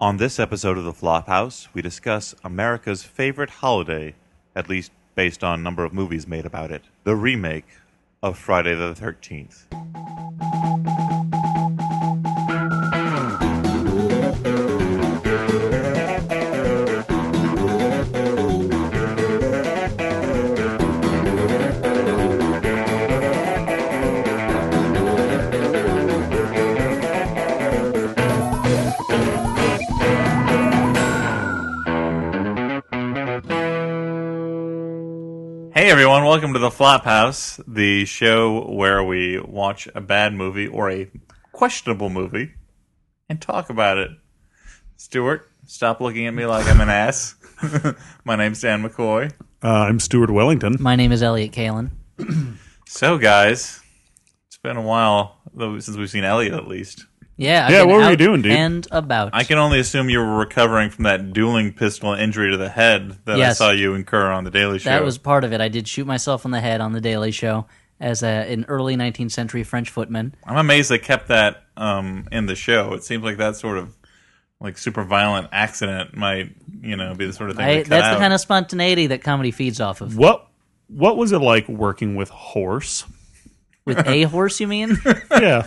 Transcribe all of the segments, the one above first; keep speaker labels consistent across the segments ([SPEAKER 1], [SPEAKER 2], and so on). [SPEAKER 1] On this episode of The Flophouse, we discuss America's favorite holiday, at least based on number of movies made about it, the remake of Friday the 13th. Hey everyone, welcome to The Flophouse, the show where we watch a bad movie or a questionable movie and talk about it. Stuart, stop looking at me like I'm an ass. My name's Dan McCoy.
[SPEAKER 2] Uh, I'm Stuart Wellington.
[SPEAKER 3] My name is Elliot Kalen.
[SPEAKER 1] So, guys, it's been a while though, since we've seen Elliot at least.
[SPEAKER 3] Yeah. I've
[SPEAKER 2] Yeah,
[SPEAKER 3] been
[SPEAKER 2] what were you
[SPEAKER 3] out
[SPEAKER 2] doing, dude?
[SPEAKER 3] And about.
[SPEAKER 1] I can only assume you were recovering from that dueling pistol injury to the head that I
[SPEAKER 3] Yes.
[SPEAKER 1] saw you incur on The Daily Show.
[SPEAKER 3] that was part of it. I did shoot myself in the head on the Daily Show as a, an early 19th century French footman.
[SPEAKER 1] I'm amazed they kept that um, in the show. It seems like that sort of like super violent accident might you know be the sort of thing.
[SPEAKER 3] I,
[SPEAKER 1] they
[SPEAKER 3] that's
[SPEAKER 1] cut
[SPEAKER 3] the
[SPEAKER 1] out.
[SPEAKER 3] kind of spontaneity that comedy feeds off of.
[SPEAKER 2] What what was it like working with horse?
[SPEAKER 3] With a horse, you mean?
[SPEAKER 2] Yeah,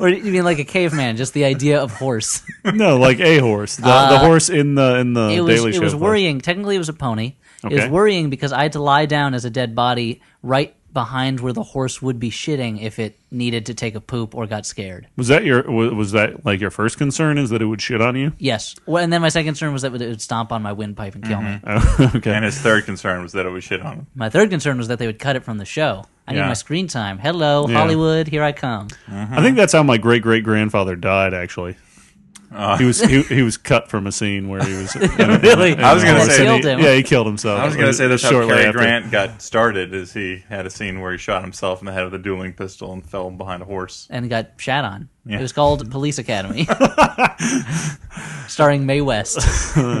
[SPEAKER 3] or you mean like a caveman? Just the idea of horse.
[SPEAKER 2] no, like a horse. The, the horse in the in the
[SPEAKER 3] Uh, it was
[SPEAKER 2] Daily
[SPEAKER 3] it
[SPEAKER 2] Show.
[SPEAKER 3] was
[SPEAKER 2] clip.
[SPEAKER 3] worrying. Technically, it was a pony. It
[SPEAKER 2] Okay.
[SPEAKER 3] was worrying because I had to lie down as a dead body right behind where the horse would be shitting if it needed to take a poop or got scared.
[SPEAKER 2] Was that your was, was that like your first concern is that it would shit on you?
[SPEAKER 3] Yes. Well, and then my second concern was that it would stomp on my windpipe and
[SPEAKER 1] Mm-hmm.
[SPEAKER 3] kill
[SPEAKER 2] Oh,
[SPEAKER 3] me.
[SPEAKER 2] okay.
[SPEAKER 1] and his third concern was that it was shit on him.
[SPEAKER 3] My third concern was that they would cut it from the show. I
[SPEAKER 1] Yeah.
[SPEAKER 3] need my screen time. Hello,
[SPEAKER 2] Yeah.
[SPEAKER 3] Hollywood, here I come.
[SPEAKER 1] Uh-huh.
[SPEAKER 2] I think that's how my great great grandfather died. Actually,
[SPEAKER 1] Uh.
[SPEAKER 2] he was he, he was cut from a scene where he was
[SPEAKER 3] Really?
[SPEAKER 2] in a
[SPEAKER 1] I was gonna
[SPEAKER 2] horse
[SPEAKER 1] say-
[SPEAKER 2] and he-
[SPEAKER 3] Killed him.
[SPEAKER 2] yeah, he killed himself.
[SPEAKER 1] I was going to say that's how
[SPEAKER 2] Shortly
[SPEAKER 1] Cary
[SPEAKER 2] after.
[SPEAKER 1] Grant got started. Is he had a scene where he shot himself in the head with a dueling pistol and fell behind a horse.
[SPEAKER 3] And got shat on.
[SPEAKER 1] Yeah.
[SPEAKER 3] It was called Police Academy. Starring Mae West.
[SPEAKER 2] What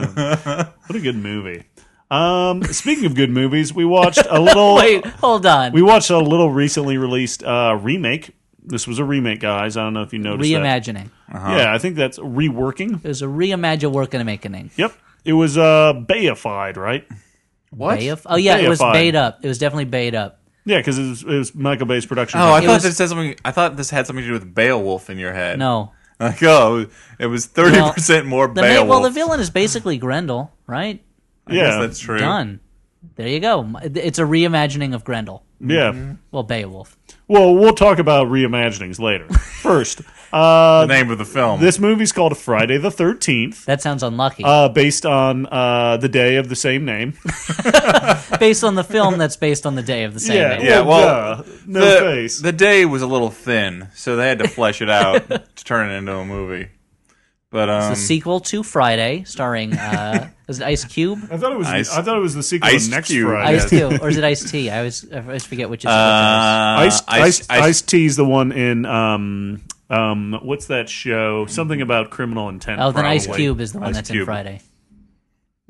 [SPEAKER 2] a good movie. Um, speaking of good movies, we watched a little.
[SPEAKER 3] Wait, hold on.
[SPEAKER 2] We watched a little recently released uh, remake. This was a remake, guys. I don't know if you noticed. that.
[SPEAKER 3] reimagining.
[SPEAKER 1] Uh-huh.
[SPEAKER 2] Yeah, I think that's reworking.
[SPEAKER 3] It was a reimagine work and awakening.
[SPEAKER 2] Yep. It was uh bayified, right?
[SPEAKER 1] What?
[SPEAKER 3] Bay of- oh yeah, it was
[SPEAKER 2] Bayified.
[SPEAKER 3] bait up. It was definitely bait up.
[SPEAKER 2] Yeah, because it was, it was Michael Bay's production.
[SPEAKER 1] Oh, I
[SPEAKER 3] It
[SPEAKER 1] thought
[SPEAKER 3] was-
[SPEAKER 1] this had something. I thought this had something to do with Beowulf in your head.
[SPEAKER 3] No.
[SPEAKER 1] like oh, it was thirty percent more
[SPEAKER 3] The ma-
[SPEAKER 1] Beowulf.
[SPEAKER 3] well, the villain is basically Grendel, right?
[SPEAKER 1] I guess
[SPEAKER 2] Yeah.
[SPEAKER 1] that's true.
[SPEAKER 3] Done. There you go. It's a reimagining of Grendel.
[SPEAKER 2] yeah.
[SPEAKER 1] Mm-hmm.
[SPEAKER 3] Well, Beowulf.
[SPEAKER 2] Well, we'll talk about reimaginings later. First,
[SPEAKER 1] The
[SPEAKER 2] uh,
[SPEAKER 1] name of the film.
[SPEAKER 2] this movie's called Friday the Thirteenth,
[SPEAKER 3] That sounds unlucky.
[SPEAKER 2] uh, based on uh, the day of the same name.
[SPEAKER 3] based on the film that's based on the day of the same
[SPEAKER 2] yeah,
[SPEAKER 3] name.
[SPEAKER 1] Yeah, well,
[SPEAKER 2] duh. no
[SPEAKER 1] the,
[SPEAKER 2] face.
[SPEAKER 1] the day was a little thin, so they had to flesh it out to turn it into a movie. But um,
[SPEAKER 3] the sequel to Friday, starring uh, is it Ice Cube,
[SPEAKER 2] I thought it was.
[SPEAKER 1] Ice-
[SPEAKER 2] I thought it was the sequel
[SPEAKER 1] Ice
[SPEAKER 2] to Next
[SPEAKER 1] Cube.
[SPEAKER 2] Friday.
[SPEAKER 3] Ice
[SPEAKER 1] Yes.
[SPEAKER 3] Cube, or is it Ice T? I always I always forget which is. which
[SPEAKER 1] uh,
[SPEAKER 2] Ice Ice Ice,
[SPEAKER 1] Ice-
[SPEAKER 2] T's the one in um um what's that show? Something about criminal intent.
[SPEAKER 3] one it is. oh, then Ice
[SPEAKER 2] probably.
[SPEAKER 3] Cube is the one
[SPEAKER 1] Ice
[SPEAKER 3] that's
[SPEAKER 1] Cube.
[SPEAKER 3] in Friday.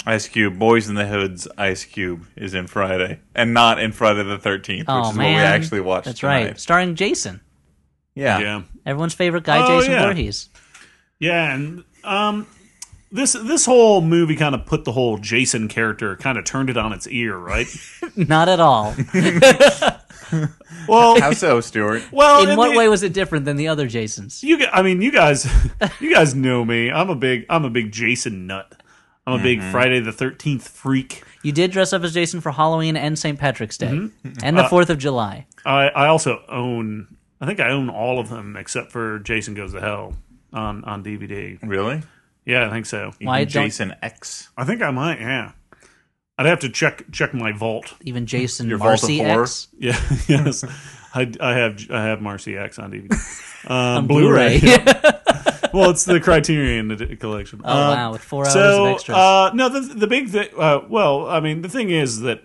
[SPEAKER 1] Ice Cube, Boys in the Hood's Ice Cube is in Friday, and not in Friday the Thirteenth,
[SPEAKER 3] oh
[SPEAKER 1] which is
[SPEAKER 3] man,
[SPEAKER 1] what we actually watched.
[SPEAKER 3] That's right,
[SPEAKER 1] tonight.
[SPEAKER 3] starring Jason,
[SPEAKER 1] Yeah.
[SPEAKER 2] Yeah.
[SPEAKER 3] everyone's favorite guy,
[SPEAKER 2] Oh,
[SPEAKER 3] Jason
[SPEAKER 2] yeah.
[SPEAKER 3] Voorhees.
[SPEAKER 2] Yeah, and um, this this whole movie kind of put the whole Jason character kind of turned it on its ear, right?
[SPEAKER 3] Not at all.
[SPEAKER 2] well,
[SPEAKER 1] How so, Stuart?
[SPEAKER 2] well,
[SPEAKER 3] in what
[SPEAKER 2] the-
[SPEAKER 3] way was it different than the other Jasons?
[SPEAKER 2] You, gu- I mean, you guys, you guys know me. I'm a big, I'm a big Jason nut. I'm a
[SPEAKER 1] Mm-hmm.
[SPEAKER 2] big Friday the Thirteenth freak.
[SPEAKER 3] You did dress up as Jason for Halloween and St. Patrick's Day
[SPEAKER 1] Mm-hmm.
[SPEAKER 3] and
[SPEAKER 1] Uh,
[SPEAKER 3] the Fourth of July.
[SPEAKER 2] I, I also own. I think I own all of them except for Jason Goes to Hell on on DVD.
[SPEAKER 1] Really?
[SPEAKER 2] Yeah, I think so.
[SPEAKER 3] Why
[SPEAKER 1] Even
[SPEAKER 3] don't-
[SPEAKER 1] Jason X?
[SPEAKER 2] I think I might. Yeah, I'd have to check check my vault.
[SPEAKER 3] Even Jason
[SPEAKER 1] Your vault of
[SPEAKER 3] Marcy
[SPEAKER 1] horror?
[SPEAKER 3] X
[SPEAKER 2] Yeah, yes. I, I have I have Marcy X on DVD. Um,
[SPEAKER 3] on
[SPEAKER 2] Blu-ray.
[SPEAKER 3] Blu-ray.
[SPEAKER 2] well, it's the Criterion edi- collection.
[SPEAKER 3] oh wow, with four hours
[SPEAKER 2] so
[SPEAKER 3] of extras.
[SPEAKER 2] uh, no, the the big thing. Uh, well, I mean, the thing is that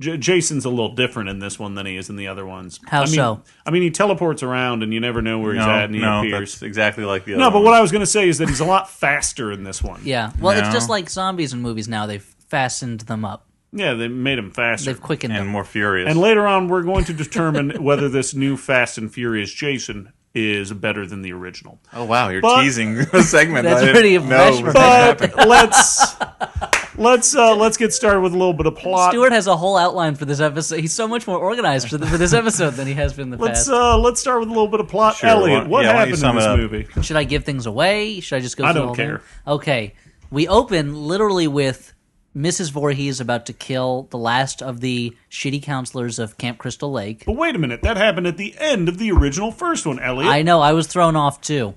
[SPEAKER 2] J- Jason's a little different in this one than he is in the other ones.
[SPEAKER 3] How
[SPEAKER 2] I mean,
[SPEAKER 3] so?
[SPEAKER 2] I mean, he teleports around, and you never know where he's at,
[SPEAKER 1] No,
[SPEAKER 2] and he
[SPEAKER 1] no,
[SPEAKER 2] appears.
[SPEAKER 1] that's exactly like the other.
[SPEAKER 2] No, but
[SPEAKER 1] one.
[SPEAKER 2] what I was going to say is that he's a lot faster in this one.
[SPEAKER 3] Yeah. Well,
[SPEAKER 1] No.
[SPEAKER 3] it's just like zombies in movies now. They've fastened them up.
[SPEAKER 2] yeah, they made him faster.
[SPEAKER 3] They've quickened
[SPEAKER 1] and
[SPEAKER 3] them.
[SPEAKER 1] more furious.
[SPEAKER 2] And later on, we're going to determine whether this new Fast and Furious Jason is better than the original.
[SPEAKER 1] Oh wow, you're
[SPEAKER 2] But-
[SPEAKER 1] teasing a segment. that I
[SPEAKER 3] That's
[SPEAKER 1] didn't
[SPEAKER 3] pretty
[SPEAKER 1] know
[SPEAKER 3] impressive.
[SPEAKER 1] was gonna happen.
[SPEAKER 2] But let's let's uh, let's get started with a little bit of plot.
[SPEAKER 3] Stewart has a whole outline for this episode. He's so much more organized for, th for this episode than he has been in the
[SPEAKER 2] Let's
[SPEAKER 3] past.
[SPEAKER 2] uh, let's start with a little bit of plot.
[SPEAKER 1] Sure,
[SPEAKER 2] Elliot,
[SPEAKER 1] why-
[SPEAKER 2] what
[SPEAKER 1] yeah, why don't you
[SPEAKER 2] happened in
[SPEAKER 1] sum it
[SPEAKER 2] this
[SPEAKER 1] up?
[SPEAKER 2] movie?
[SPEAKER 3] Should I give things away? Should I just go?
[SPEAKER 2] I
[SPEAKER 3] through
[SPEAKER 2] don't
[SPEAKER 3] all them?
[SPEAKER 2] care.
[SPEAKER 3] Okay, we open literally with Mrs. Voorhees about to kill the last of the shitty counselors of Camp Crystal Lake.
[SPEAKER 2] But wait a minute, that happened at the end of the original first one, Elliot.
[SPEAKER 3] I know. I was thrown off too.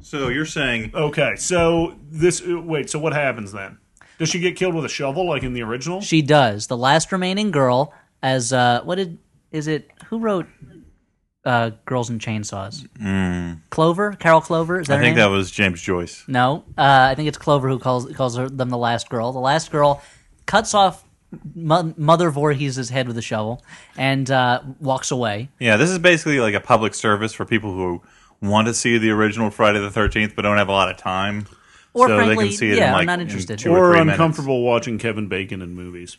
[SPEAKER 1] So you're saying
[SPEAKER 2] okay, so this uh, wait, so what happens then? Does she get killed with a shovel like in the original?
[SPEAKER 3] She does. The last remaining girl, as uh, what did is it? Who wrote uh, "Girls and Chainsaws"? Clover, Carol Clover. Is that
[SPEAKER 1] I
[SPEAKER 3] her
[SPEAKER 1] think
[SPEAKER 3] name?
[SPEAKER 1] that was James Joyce.
[SPEAKER 3] No, uh, I think it's Clover who calls calls her, them the last girl. The last girl cuts off Mo- Mother Voorhees' head with a shovel and uh, walks away.
[SPEAKER 1] Yeah, this is basically like a public service for people who want to see the original Friday the Thirteenth, but don't have a lot of time,
[SPEAKER 3] Or
[SPEAKER 1] so they
[SPEAKER 3] frankly,
[SPEAKER 1] can see it. in
[SPEAKER 3] yeah, I'm
[SPEAKER 1] like
[SPEAKER 3] not
[SPEAKER 1] in
[SPEAKER 3] interested.
[SPEAKER 1] two or
[SPEAKER 2] or
[SPEAKER 1] three
[SPEAKER 2] uncomfortable watching Kevin Bacon in movies.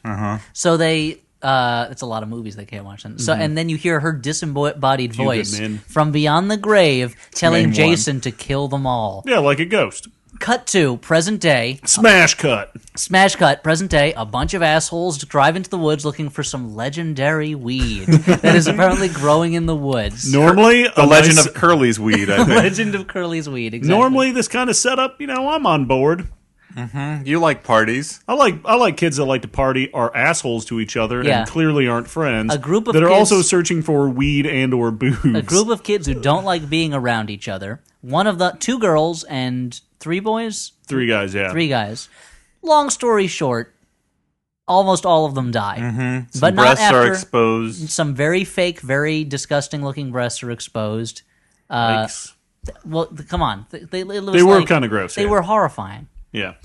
[SPEAKER 3] So they. Uh, it's a lot of movies they can't watch. Then. So and then you hear her disembodied voice
[SPEAKER 2] Men.
[SPEAKER 3] from beyond the grave
[SPEAKER 1] Name
[SPEAKER 3] telling
[SPEAKER 1] one.
[SPEAKER 3] Jason to kill them all.
[SPEAKER 2] Yeah, like a ghost.
[SPEAKER 3] Cut to present day.
[SPEAKER 2] Smash cut.
[SPEAKER 3] Smash cut, present day, a bunch of assholes drive into the woods looking for some legendary weed that is apparently growing in the woods.
[SPEAKER 2] Normally,
[SPEAKER 1] The Legend of Curly's Weed. I think
[SPEAKER 3] Legend of Curly's weed, exactly.
[SPEAKER 2] normally this kind of setup. You know, I'm on board.
[SPEAKER 1] you like parties.
[SPEAKER 2] I like I like kids that like to party are assholes to each other
[SPEAKER 3] Yeah.
[SPEAKER 2] and clearly aren't friends.
[SPEAKER 3] A group of
[SPEAKER 2] that are
[SPEAKER 3] kids-
[SPEAKER 2] also searching for weed and or booze.
[SPEAKER 3] a group of kids who don't like being around each other. One of the two girls and three boys,
[SPEAKER 2] three guys, yeah.
[SPEAKER 3] three guys. Long story short, almost all of them die, mm-hmm. but not
[SPEAKER 1] Breasts are
[SPEAKER 3] after
[SPEAKER 1] exposed.
[SPEAKER 3] some very fake, very disgusting looking breasts are exposed.
[SPEAKER 2] Yikes.
[SPEAKER 3] Well, th- come on, Th- they, it was
[SPEAKER 2] They were
[SPEAKER 3] like-
[SPEAKER 2] kinda gross,
[SPEAKER 3] They
[SPEAKER 2] yeah.
[SPEAKER 3] were uh, horrifying.
[SPEAKER 2] yeah.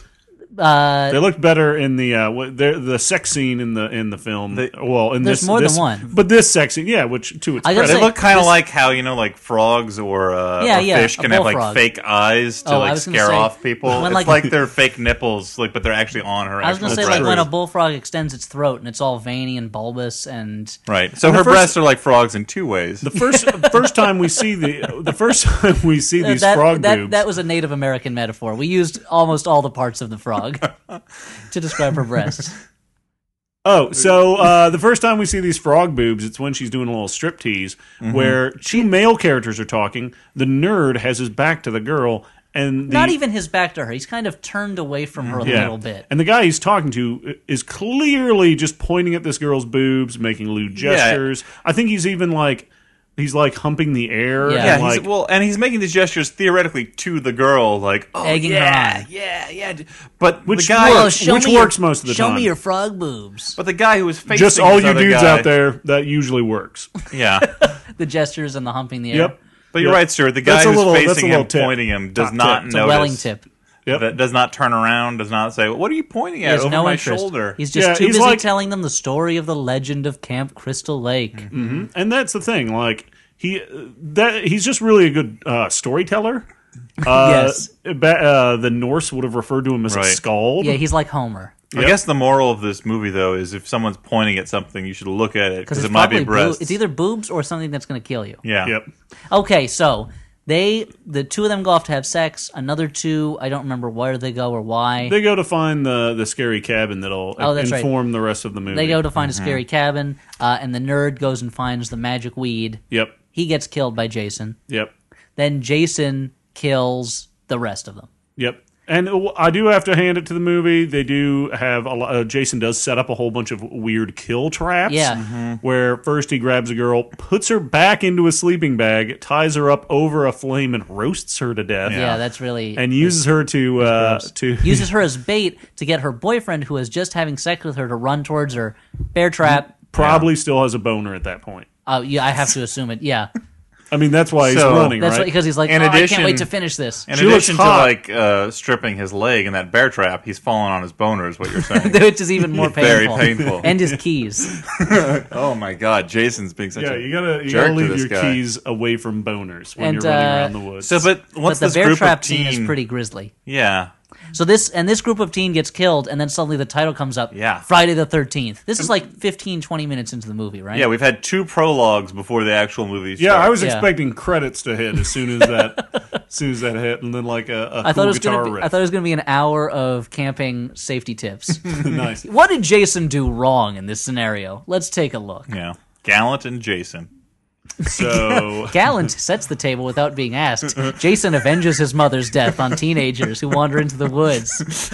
[SPEAKER 2] they looked better in the uh, what- the the sex scene in the in the film. well, in
[SPEAKER 3] There's
[SPEAKER 2] this,
[SPEAKER 3] more than
[SPEAKER 2] this-
[SPEAKER 3] one.
[SPEAKER 2] but this sex scene, yeah, which to its
[SPEAKER 3] I
[SPEAKER 2] credit,
[SPEAKER 3] gotta
[SPEAKER 1] They
[SPEAKER 3] say-
[SPEAKER 1] look kind of
[SPEAKER 3] this-
[SPEAKER 1] like how you know, like frogs or, uh,
[SPEAKER 3] Yeah,
[SPEAKER 1] or
[SPEAKER 3] yeah,
[SPEAKER 1] fish
[SPEAKER 3] a
[SPEAKER 1] can have like
[SPEAKER 3] bullfrog.
[SPEAKER 1] fake eyes to
[SPEAKER 3] Oh, I
[SPEAKER 1] like
[SPEAKER 3] was gonna
[SPEAKER 1] scare
[SPEAKER 3] say,
[SPEAKER 1] off people.
[SPEAKER 3] when,
[SPEAKER 1] it's
[SPEAKER 3] like-
[SPEAKER 1] like, they're fake nipples, like but they're actually on her.
[SPEAKER 3] I was gonna
[SPEAKER 1] actual
[SPEAKER 3] say like
[SPEAKER 1] breast.
[SPEAKER 3] when a bullfrog extends its throat and it's all veiny and bulbous and
[SPEAKER 1] right. So
[SPEAKER 2] And the
[SPEAKER 1] her
[SPEAKER 2] first-
[SPEAKER 1] breasts are like frogs in two ways.
[SPEAKER 2] the first first time we see the the first time we see these
[SPEAKER 3] that,
[SPEAKER 2] frog
[SPEAKER 3] that,
[SPEAKER 2] boobs.
[SPEAKER 3] that was a Native American metaphor. We used almost all the parts of the frog to describe her breasts.
[SPEAKER 2] Oh, so uh, the first time we see these frog boobs, it's when she's doing a little strip tease
[SPEAKER 1] Mm-hmm.
[SPEAKER 2] where two male characters are talking. The nerd has his back to the girl, and the,
[SPEAKER 3] Not even his back to her. He's kind of turned away from her a
[SPEAKER 2] yeah,
[SPEAKER 3] little bit.
[SPEAKER 2] And the guy he's talking to is clearly just pointing at this girl's boobs, making lewd gestures. I think he's even like he's like humping the air.
[SPEAKER 3] Yeah.
[SPEAKER 1] yeah,
[SPEAKER 2] and
[SPEAKER 1] he's,
[SPEAKER 2] like,
[SPEAKER 1] well, and he's making these gestures theoretically to the girl, like oh
[SPEAKER 3] Egging her
[SPEAKER 1] yeah,
[SPEAKER 3] on.
[SPEAKER 1] yeah, yeah. But
[SPEAKER 2] Which
[SPEAKER 1] the guy,
[SPEAKER 2] works.
[SPEAKER 3] Oh, show
[SPEAKER 2] which
[SPEAKER 3] me
[SPEAKER 2] works
[SPEAKER 3] your,
[SPEAKER 2] most of the
[SPEAKER 3] show
[SPEAKER 2] time.
[SPEAKER 3] me your frog boobs.
[SPEAKER 1] but the guy who was facing
[SPEAKER 2] just all
[SPEAKER 1] this
[SPEAKER 2] you
[SPEAKER 1] other
[SPEAKER 2] dudes
[SPEAKER 1] guy-
[SPEAKER 2] out there, that usually works.
[SPEAKER 1] yeah.
[SPEAKER 3] The gestures and the humping the air.
[SPEAKER 2] Yep.
[SPEAKER 1] But you're
[SPEAKER 2] Yep.
[SPEAKER 1] right, Stuart. The guy
[SPEAKER 2] That's a
[SPEAKER 1] who's
[SPEAKER 2] little- that's a
[SPEAKER 1] facing
[SPEAKER 2] little
[SPEAKER 1] him,
[SPEAKER 2] tip.
[SPEAKER 1] pointing him, does
[SPEAKER 2] Top
[SPEAKER 1] not
[SPEAKER 2] tip. It's
[SPEAKER 3] The
[SPEAKER 1] notice.
[SPEAKER 3] Welling tip.
[SPEAKER 2] Yep.
[SPEAKER 1] That does not turn around. Does not say, "What are you pointing
[SPEAKER 3] He
[SPEAKER 1] at
[SPEAKER 3] has
[SPEAKER 1] over
[SPEAKER 3] no
[SPEAKER 1] my
[SPEAKER 3] interest.
[SPEAKER 1] shoulder?"
[SPEAKER 3] He's just
[SPEAKER 2] Yeah,
[SPEAKER 3] too
[SPEAKER 2] he's
[SPEAKER 3] busy
[SPEAKER 2] like-
[SPEAKER 3] telling them the story of the legend of Camp Crystal Lake.
[SPEAKER 1] Mm-hmm.
[SPEAKER 2] and that's the thing like he that he's just really a good uh, storyteller uh,
[SPEAKER 3] Yes.
[SPEAKER 2] ba- uh, the norse would have referred to him as
[SPEAKER 1] Right.
[SPEAKER 2] a scald
[SPEAKER 3] Yeah, he's like Homer.
[SPEAKER 1] I guess the moral of this movie, though, is if someone's pointing at something, you should look at it because
[SPEAKER 3] it's
[SPEAKER 1] it might be
[SPEAKER 3] probably boo-
[SPEAKER 1] breasts.
[SPEAKER 3] it's either boobs or something that's going to kill you.
[SPEAKER 1] yeah.
[SPEAKER 2] yep
[SPEAKER 3] Okay, so they the two of them go off to have sex. Another two, I don't remember where they go or why. They,
[SPEAKER 2] they go to find the the scary cabin that'll
[SPEAKER 3] Oh, that's right.
[SPEAKER 2] inform the rest of the movie
[SPEAKER 3] go to
[SPEAKER 1] Mm-hmm.
[SPEAKER 3] find a scary cabin, uh, and the nerd goes and finds the magic weed.
[SPEAKER 2] yep
[SPEAKER 3] He gets killed by Jason.
[SPEAKER 2] yep
[SPEAKER 3] Then Jason kills the rest of them.
[SPEAKER 2] yep and w- I do have to hand it to the movie. They do have a lot. Uh, Jason does set up a whole bunch of weird kill traps.
[SPEAKER 3] Yeah.
[SPEAKER 1] Mm-hmm.
[SPEAKER 2] Where first he grabs a girl, puts her back into a sleeping bag, ties her up over a flame, and roasts her to death.
[SPEAKER 3] Yeah, that's really
[SPEAKER 2] and uses her to uh, to
[SPEAKER 3] uses her as bait to get her boyfriend, who is just having sex with her, to run towards her. Bear trap.
[SPEAKER 2] probably still has a boner at that point.
[SPEAKER 3] Oh, yeah, I have to assume it. Yeah,
[SPEAKER 2] I mean, that's why he's
[SPEAKER 1] So-
[SPEAKER 2] running,
[SPEAKER 3] that's
[SPEAKER 2] right?
[SPEAKER 3] because he's like,
[SPEAKER 1] In
[SPEAKER 3] "Oh, I
[SPEAKER 1] addition-
[SPEAKER 3] can't wait to finish this.
[SPEAKER 1] In
[SPEAKER 2] She looks
[SPEAKER 1] addition to
[SPEAKER 2] hot.
[SPEAKER 1] like uh, stripping his leg in that bear trap, he's falling on his boner. Is what you're saying?
[SPEAKER 3] Which is even more
[SPEAKER 1] Very
[SPEAKER 3] painful.
[SPEAKER 1] painful.
[SPEAKER 3] And his keys.
[SPEAKER 1] oh my God, Jason's being such
[SPEAKER 2] yeah,
[SPEAKER 1] a
[SPEAKER 2] you gotta you
[SPEAKER 1] jerk
[SPEAKER 2] gotta
[SPEAKER 1] to
[SPEAKER 2] leave
[SPEAKER 1] this
[SPEAKER 2] your
[SPEAKER 1] guy.
[SPEAKER 2] keys away from boners when
[SPEAKER 3] And,
[SPEAKER 2] you're running
[SPEAKER 3] uh,
[SPEAKER 2] around the woods.
[SPEAKER 1] So, but once
[SPEAKER 3] but the
[SPEAKER 1] this
[SPEAKER 3] bear
[SPEAKER 1] group
[SPEAKER 3] trap
[SPEAKER 1] of
[SPEAKER 3] scene
[SPEAKER 1] teen,
[SPEAKER 3] is pretty grisly.
[SPEAKER 1] yeah,
[SPEAKER 3] So this and this group of teen gets killed, and then suddenly the title comes up.
[SPEAKER 1] Yeah.
[SPEAKER 3] Friday the Thirteenth. This is like 15, 20 minutes into the movie, right?
[SPEAKER 1] Yeah, we've had two prologues before the actual movie.
[SPEAKER 2] Yeah, I was
[SPEAKER 3] Yeah.
[SPEAKER 2] expecting credits to hit as soon as that, as soon as that hit, and then like a, a
[SPEAKER 3] I thought,
[SPEAKER 2] cool
[SPEAKER 3] it was
[SPEAKER 2] guitar
[SPEAKER 3] gonna be,
[SPEAKER 2] riff.
[SPEAKER 3] I thought it was going to be an hour of camping safety tips.
[SPEAKER 2] nice.
[SPEAKER 3] what did Jason do wrong in this scenario? Let's take a look.
[SPEAKER 1] Yeah, Gallant and Jason.
[SPEAKER 2] So
[SPEAKER 3] Gallant sets the table without being asked. Jason avenges his mother's death on teenagers who wander into the woods.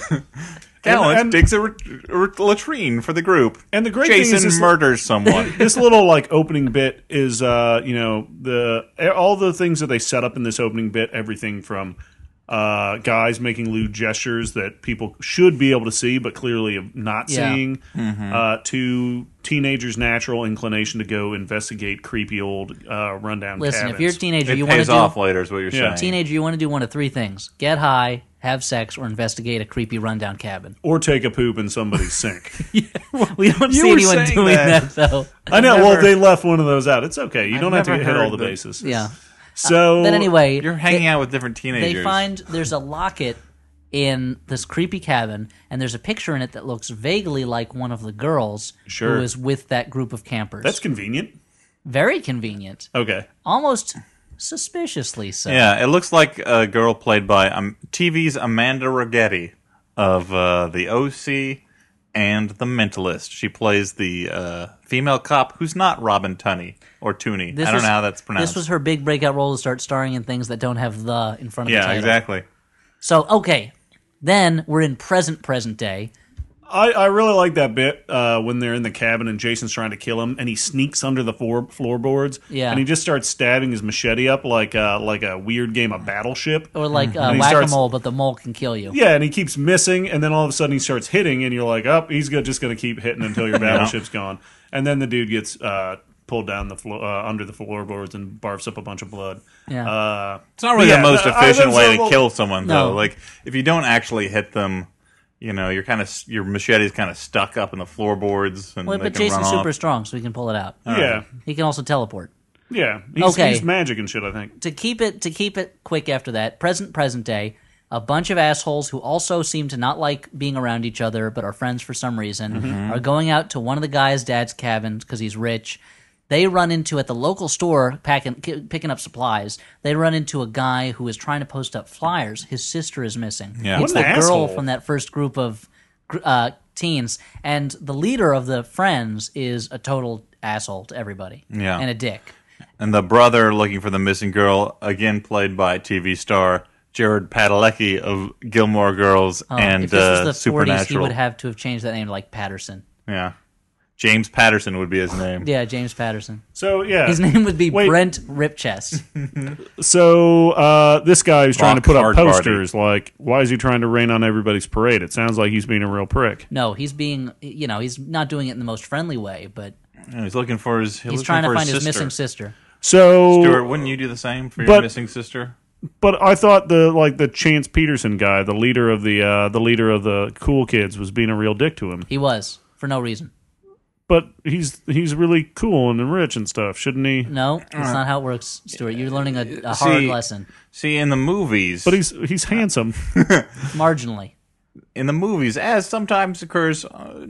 [SPEAKER 1] Gallant
[SPEAKER 2] and-
[SPEAKER 1] digs a, re- re- latrine for the group.
[SPEAKER 2] And the great thing is
[SPEAKER 1] Jason
[SPEAKER 2] this-
[SPEAKER 1] murders someone.
[SPEAKER 2] this little like opening bit is uh you know the e, all the things that they set up in this opening bit everything from uh guys making lewd gestures that people should be able to see but clearly have not
[SPEAKER 3] Yeah.
[SPEAKER 2] seeing uh to teenagers natural inclination to go investigate creepy old uh rundown
[SPEAKER 3] Listen, if
[SPEAKER 2] cabins.
[SPEAKER 3] you're a teenager,
[SPEAKER 1] it
[SPEAKER 3] you want to
[SPEAKER 1] pays
[SPEAKER 3] do
[SPEAKER 1] off later, is what you're
[SPEAKER 2] Yeah.
[SPEAKER 1] saying.
[SPEAKER 3] teenager, you want to do one of three things: get high, have sex, or investigate a creepy rundown cabin.
[SPEAKER 2] or take a poop in somebody's sink
[SPEAKER 3] We don't see
[SPEAKER 1] were
[SPEAKER 3] anyone
[SPEAKER 1] saying
[SPEAKER 3] doing that,
[SPEAKER 1] that.
[SPEAKER 3] though.
[SPEAKER 2] i know well
[SPEAKER 1] never-
[SPEAKER 2] they left one of those out it's okay you don't have to
[SPEAKER 1] never
[SPEAKER 2] hit all
[SPEAKER 1] heard
[SPEAKER 2] the
[SPEAKER 1] that-
[SPEAKER 2] bases
[SPEAKER 3] Yeah.
[SPEAKER 2] so
[SPEAKER 3] But anyway,
[SPEAKER 1] You're hanging out with different teenagers.
[SPEAKER 3] they find there's a locket in this creepy cabin, and there's a picture in it that looks vaguely like one of the girls
[SPEAKER 2] Sure.
[SPEAKER 3] who is with that group of campers.
[SPEAKER 2] that's convenient
[SPEAKER 3] very convenient,
[SPEAKER 2] okay
[SPEAKER 3] almost suspiciously so.
[SPEAKER 1] yeah, it looks like a girl played by um, TV's Amanda Rigetti of uh, The OC and The Mentalist. She plays the uh, female cop who's not Robin Tunney or Tooney. I don't
[SPEAKER 3] was-
[SPEAKER 1] know how that's pronounced.
[SPEAKER 3] This was her big breakout role to start starring in things that don't have the in front of the
[SPEAKER 1] yeah,
[SPEAKER 3] title.
[SPEAKER 1] exactly.
[SPEAKER 3] So okay, then we're in present present day.
[SPEAKER 2] I, I really like that bit uh, when they're in the cabin and Jason's trying to kill him and he sneaks under the floor, floorboards.
[SPEAKER 3] Yeah.
[SPEAKER 2] And he just starts stabbing his machete up like uh, like a weird game of battleship.
[SPEAKER 1] Hmm.
[SPEAKER 3] Or like uh,
[SPEAKER 2] he
[SPEAKER 3] whack a
[SPEAKER 2] starts-
[SPEAKER 3] mole, but the mole can kill you.
[SPEAKER 2] Yeah, and he keeps missing, and then all of a sudden he starts hitting, and you're like, "Up, he's go- just going to keep hitting until your battleship's gone." And then the dude gets uh, pulled down the floor uh, under the floorboards and barfs up a bunch of blood.
[SPEAKER 3] Yeah.
[SPEAKER 2] Uh,
[SPEAKER 1] It's not really
[SPEAKER 2] Yeah,
[SPEAKER 1] the most
[SPEAKER 2] I- I-
[SPEAKER 1] efficient
[SPEAKER 2] those
[SPEAKER 1] way
[SPEAKER 2] are
[SPEAKER 1] to
[SPEAKER 2] all-
[SPEAKER 1] kill someone,
[SPEAKER 3] No.
[SPEAKER 1] though. Like if you don't actually hit them, you know, you're kind of your machete's kind of stuck up in the floorboards, and
[SPEAKER 3] Wait,
[SPEAKER 1] they
[SPEAKER 3] but
[SPEAKER 1] can
[SPEAKER 3] Jason's
[SPEAKER 1] run
[SPEAKER 3] super
[SPEAKER 1] off.
[SPEAKER 3] strong, so he can pull it out.
[SPEAKER 2] yeah,
[SPEAKER 3] He can also teleport.
[SPEAKER 2] yeah. He's,
[SPEAKER 3] Okay.
[SPEAKER 2] he's magic and shit. I think.
[SPEAKER 3] to keep it to keep it quick after that present present day a bunch of assholes who also seem to not like being around each other but are friends for some reason
[SPEAKER 2] Mm-hmm.
[SPEAKER 3] are going out to one of the guy's dad's cabins because he's rich they run into at the local store packing, ki- picking up supplies they run into a guy who is trying to post up flyers his sister is missing
[SPEAKER 1] Yeah.
[SPEAKER 3] it's
[SPEAKER 2] What
[SPEAKER 3] the
[SPEAKER 2] an
[SPEAKER 3] girl
[SPEAKER 2] asshole.
[SPEAKER 3] from that first group of gr- uh, teens and the leader of the friends is a total asshole to everybody
[SPEAKER 1] Yeah.
[SPEAKER 3] and a dick
[SPEAKER 1] And the brother looking for the missing girl, again played by TV star Jared Padalecki of Gilmore Girls and
[SPEAKER 3] Oh, if this
[SPEAKER 1] uh,
[SPEAKER 3] was the 40s, he
[SPEAKER 1] Supernatural.
[SPEAKER 3] would have to have changed that name to, like Patterson.
[SPEAKER 1] yeah, James Patterson would be his name.
[SPEAKER 3] Yeah, James Patterson.
[SPEAKER 2] So
[SPEAKER 1] Uh,
[SPEAKER 2] yeah,
[SPEAKER 3] His name would be
[SPEAKER 2] Wait.
[SPEAKER 3] Brent Ripchest.
[SPEAKER 2] So uh, this guy who's trying to
[SPEAKER 1] Rock
[SPEAKER 2] put up
[SPEAKER 1] hard party.
[SPEAKER 2] posters. Like, why is he trying to rain on everybody's parade? It sounds like he's being a real prick.
[SPEAKER 3] No, he's being, you know, he's not doing it in the most friendly way, but
[SPEAKER 1] And he's looking for his.
[SPEAKER 3] he's trying to find his,
[SPEAKER 1] sister.
[SPEAKER 3] missing sister.
[SPEAKER 2] So,
[SPEAKER 1] Stuart, wouldn't you do the same for your
[SPEAKER 2] But-
[SPEAKER 1] missing sister?
[SPEAKER 2] but I thought the like the Chance Peterson guy, the leader of the uh, the leader of the cool kids, was being a real dick to him.
[SPEAKER 3] He was for no reason.
[SPEAKER 2] But he's he's really cool and rich and stuff, shouldn't he?
[SPEAKER 3] No, that's not how it works, Stuart. You're learning a, a hard
[SPEAKER 1] See-
[SPEAKER 3] lesson,
[SPEAKER 1] See, in the movies,
[SPEAKER 2] But he's he's handsome.
[SPEAKER 3] marginally.
[SPEAKER 1] in the movies, as sometimes occurs, uh,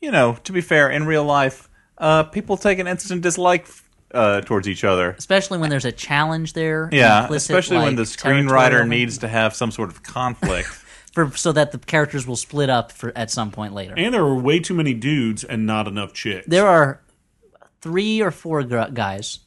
[SPEAKER 1] you know, to be fair, in real life, uh, people take an instant dislike uh, towards each other.
[SPEAKER 3] Especially when there's a challenge there.
[SPEAKER 1] Yeah,
[SPEAKER 3] implicit,
[SPEAKER 1] especially when
[SPEAKER 3] like,
[SPEAKER 1] the
[SPEAKER 3] territorial-
[SPEAKER 1] screenwriter needs to have some sort of conflict.
[SPEAKER 3] for so that the characters will split up for at some point later.
[SPEAKER 2] And there are way too many dudes and not enough chicks.
[SPEAKER 3] there are three or four gr- guys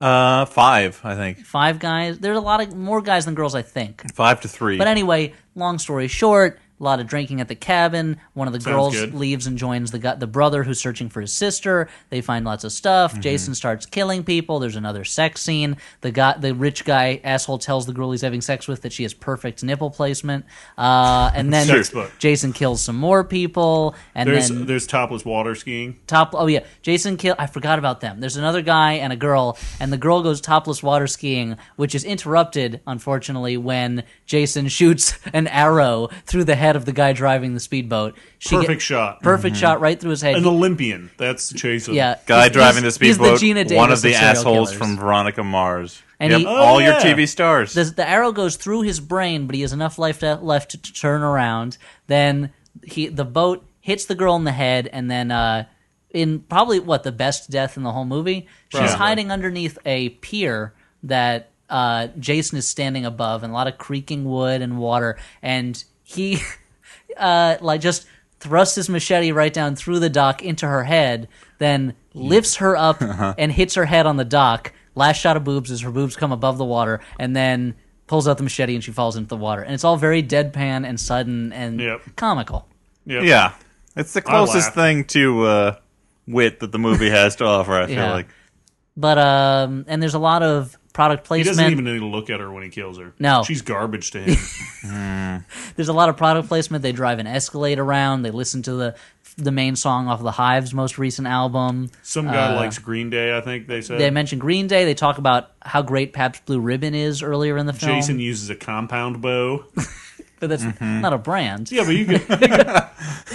[SPEAKER 1] uh, five, I think,
[SPEAKER 3] five guys. There's a lot of more guys than girls, I think.
[SPEAKER 1] five to three.
[SPEAKER 3] But anyway, long story short, a lot of drinking at the cabin. One of the girls
[SPEAKER 2] good.
[SPEAKER 3] leaves and joins the gu- the brother who's searching for his sister. They find lots of stuff.
[SPEAKER 2] Mm-hmm.
[SPEAKER 3] Jason starts killing people. There's another sex scene. The guy, the rich guy asshole, tells the girl he's having sex with that she has perfect nipple placement. Uh, and then
[SPEAKER 2] Sex book.
[SPEAKER 3] Jason kills some more people. And
[SPEAKER 2] there's
[SPEAKER 3] then
[SPEAKER 2] there's topless water skiing.
[SPEAKER 3] top oh yeah jason kill i forgot about them there's another guy and a girl and the girl goes topless water skiing which is interrupted unfortunately when jason shoots an arrow through the head of the guy driving the speedboat she
[SPEAKER 2] Perfect
[SPEAKER 3] get-
[SPEAKER 2] shot.
[SPEAKER 3] perfect shot right through his head
[SPEAKER 2] An
[SPEAKER 3] He-
[SPEAKER 2] Olympian. That's the chase of
[SPEAKER 3] yeah
[SPEAKER 1] Guy
[SPEAKER 3] he's-
[SPEAKER 1] driving the
[SPEAKER 3] he's- he's
[SPEAKER 1] speedboat,
[SPEAKER 3] Gina Davis
[SPEAKER 1] one of the
[SPEAKER 3] serial
[SPEAKER 1] assholes
[SPEAKER 3] killers.
[SPEAKER 1] from Veronica Mars.
[SPEAKER 3] and
[SPEAKER 1] Yep.
[SPEAKER 3] he Oh,
[SPEAKER 1] All your
[SPEAKER 2] yeah.
[SPEAKER 1] TV stars.
[SPEAKER 3] the, the arrow goes through his brain, but he has enough life to, left to, to turn around. Then he the boat hits the girl in the head, and then uh, in probably what the best death in the whole movie, she's
[SPEAKER 2] Probably.
[SPEAKER 3] hiding underneath a pier that uh, Jason is standing above, and a lot of creaking wood and water, and he uh, like just thrusts his machete right down through the dock into her head, then lifts her up
[SPEAKER 2] Uh-huh.
[SPEAKER 3] and hits her head on the dock. Last shot of boobs is her boobs come above the water, and then pulls out the machete and she falls into the water. And it's all very deadpan and sudden and
[SPEAKER 2] Yep.
[SPEAKER 3] comical.
[SPEAKER 2] Yep.
[SPEAKER 1] yeah, it's the closest
[SPEAKER 2] laughed.
[SPEAKER 1] thing to uh, wit that the movie has to offer. I feel
[SPEAKER 3] Yeah.
[SPEAKER 1] like
[SPEAKER 3] But um, and there's a lot of product
[SPEAKER 2] He
[SPEAKER 3] placement.
[SPEAKER 2] doesn't even need to look at her when he kills her.
[SPEAKER 3] No.
[SPEAKER 2] She's garbage to him.
[SPEAKER 3] there's a lot of product placement. They drive an Escalade around. They listen to the the main song off of the Hives' most recent album.
[SPEAKER 2] Some guy likes Green Day, I think they said.
[SPEAKER 3] Uh, They mention Green Day. They talk about how great Pabst Blue Ribbon is earlier in the film.
[SPEAKER 2] Jason uses a compound bow.
[SPEAKER 3] but that's not a brand.
[SPEAKER 2] Mm-hmm. Yeah, but you could. You could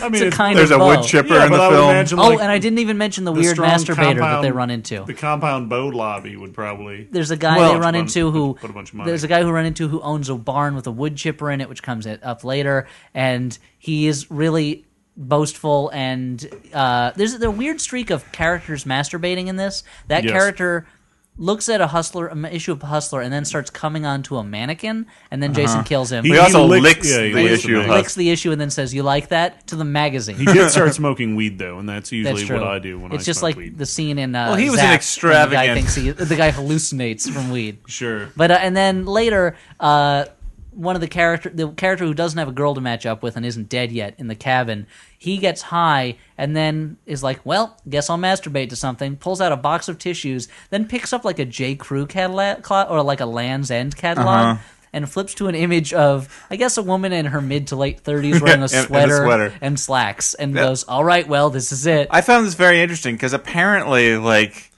[SPEAKER 2] I mean,
[SPEAKER 3] It's a kind
[SPEAKER 1] there's
[SPEAKER 3] of
[SPEAKER 1] a wood
[SPEAKER 3] bow.
[SPEAKER 1] chipper
[SPEAKER 2] yeah,
[SPEAKER 1] in
[SPEAKER 2] but
[SPEAKER 1] the
[SPEAKER 2] I
[SPEAKER 1] film.
[SPEAKER 2] would imagine
[SPEAKER 3] Oh,
[SPEAKER 2] like,
[SPEAKER 3] and I didn't even mention the, weird
[SPEAKER 2] strong
[SPEAKER 3] masturbator that they
[SPEAKER 2] compound-
[SPEAKER 3] run into.
[SPEAKER 2] the compound bow lobby would probably.
[SPEAKER 3] there's a guy
[SPEAKER 1] Well-
[SPEAKER 3] they run
[SPEAKER 2] Put a-
[SPEAKER 3] into who
[SPEAKER 2] put a bunch of money.
[SPEAKER 3] there's a guy who run into who owns a barn with a wood chipper in it, which comes it- up later, and he is really boastful and uh, there's the weird streak of characters masturbating in this. That
[SPEAKER 2] Yes.
[SPEAKER 3] character looks at a hustler an issue of hustler and then starts coming onto a mannequin and then Jason kills him.
[SPEAKER 2] Uh-huh. He-
[SPEAKER 1] he also
[SPEAKER 2] licks-
[SPEAKER 1] licks,
[SPEAKER 2] yeah, he
[SPEAKER 1] the
[SPEAKER 2] licks
[SPEAKER 1] issue
[SPEAKER 2] the
[SPEAKER 1] of
[SPEAKER 2] man.
[SPEAKER 1] Hus-
[SPEAKER 3] licks the issue and then says, "You like that?" to the magazine.
[SPEAKER 2] He did start smoking weed though, and that's usually
[SPEAKER 3] That's true.
[SPEAKER 2] what I do when
[SPEAKER 3] it's
[SPEAKER 2] I
[SPEAKER 3] just
[SPEAKER 2] smoke
[SPEAKER 3] like
[SPEAKER 2] weed.
[SPEAKER 3] the scene in. Uh,
[SPEAKER 1] Well, he was an
[SPEAKER 3] Zapped when The guy,
[SPEAKER 1] extravagant-
[SPEAKER 3] thinks he, the guy hallucinates from weed.
[SPEAKER 2] Sure.
[SPEAKER 3] But uh, and then later, uh, one of the character, the character who doesn't have a girl to match up with and isn't dead yet in the cabin, he gets high and then is like, "Well, guess I'll masturbate to something." Pulls out a box of tissues, then picks up like a J. Crew catalog cla- or like a Lands End
[SPEAKER 1] Uh-huh.
[SPEAKER 3] catalog. And flips to an image of, I guess, a woman in her mid to late thirties wearing a
[SPEAKER 1] And- and a
[SPEAKER 3] sweater,
[SPEAKER 1] sweater.
[SPEAKER 3] and slacks, and goes, "All right, well, this is it."
[SPEAKER 1] I found this very interesting because apparently, like,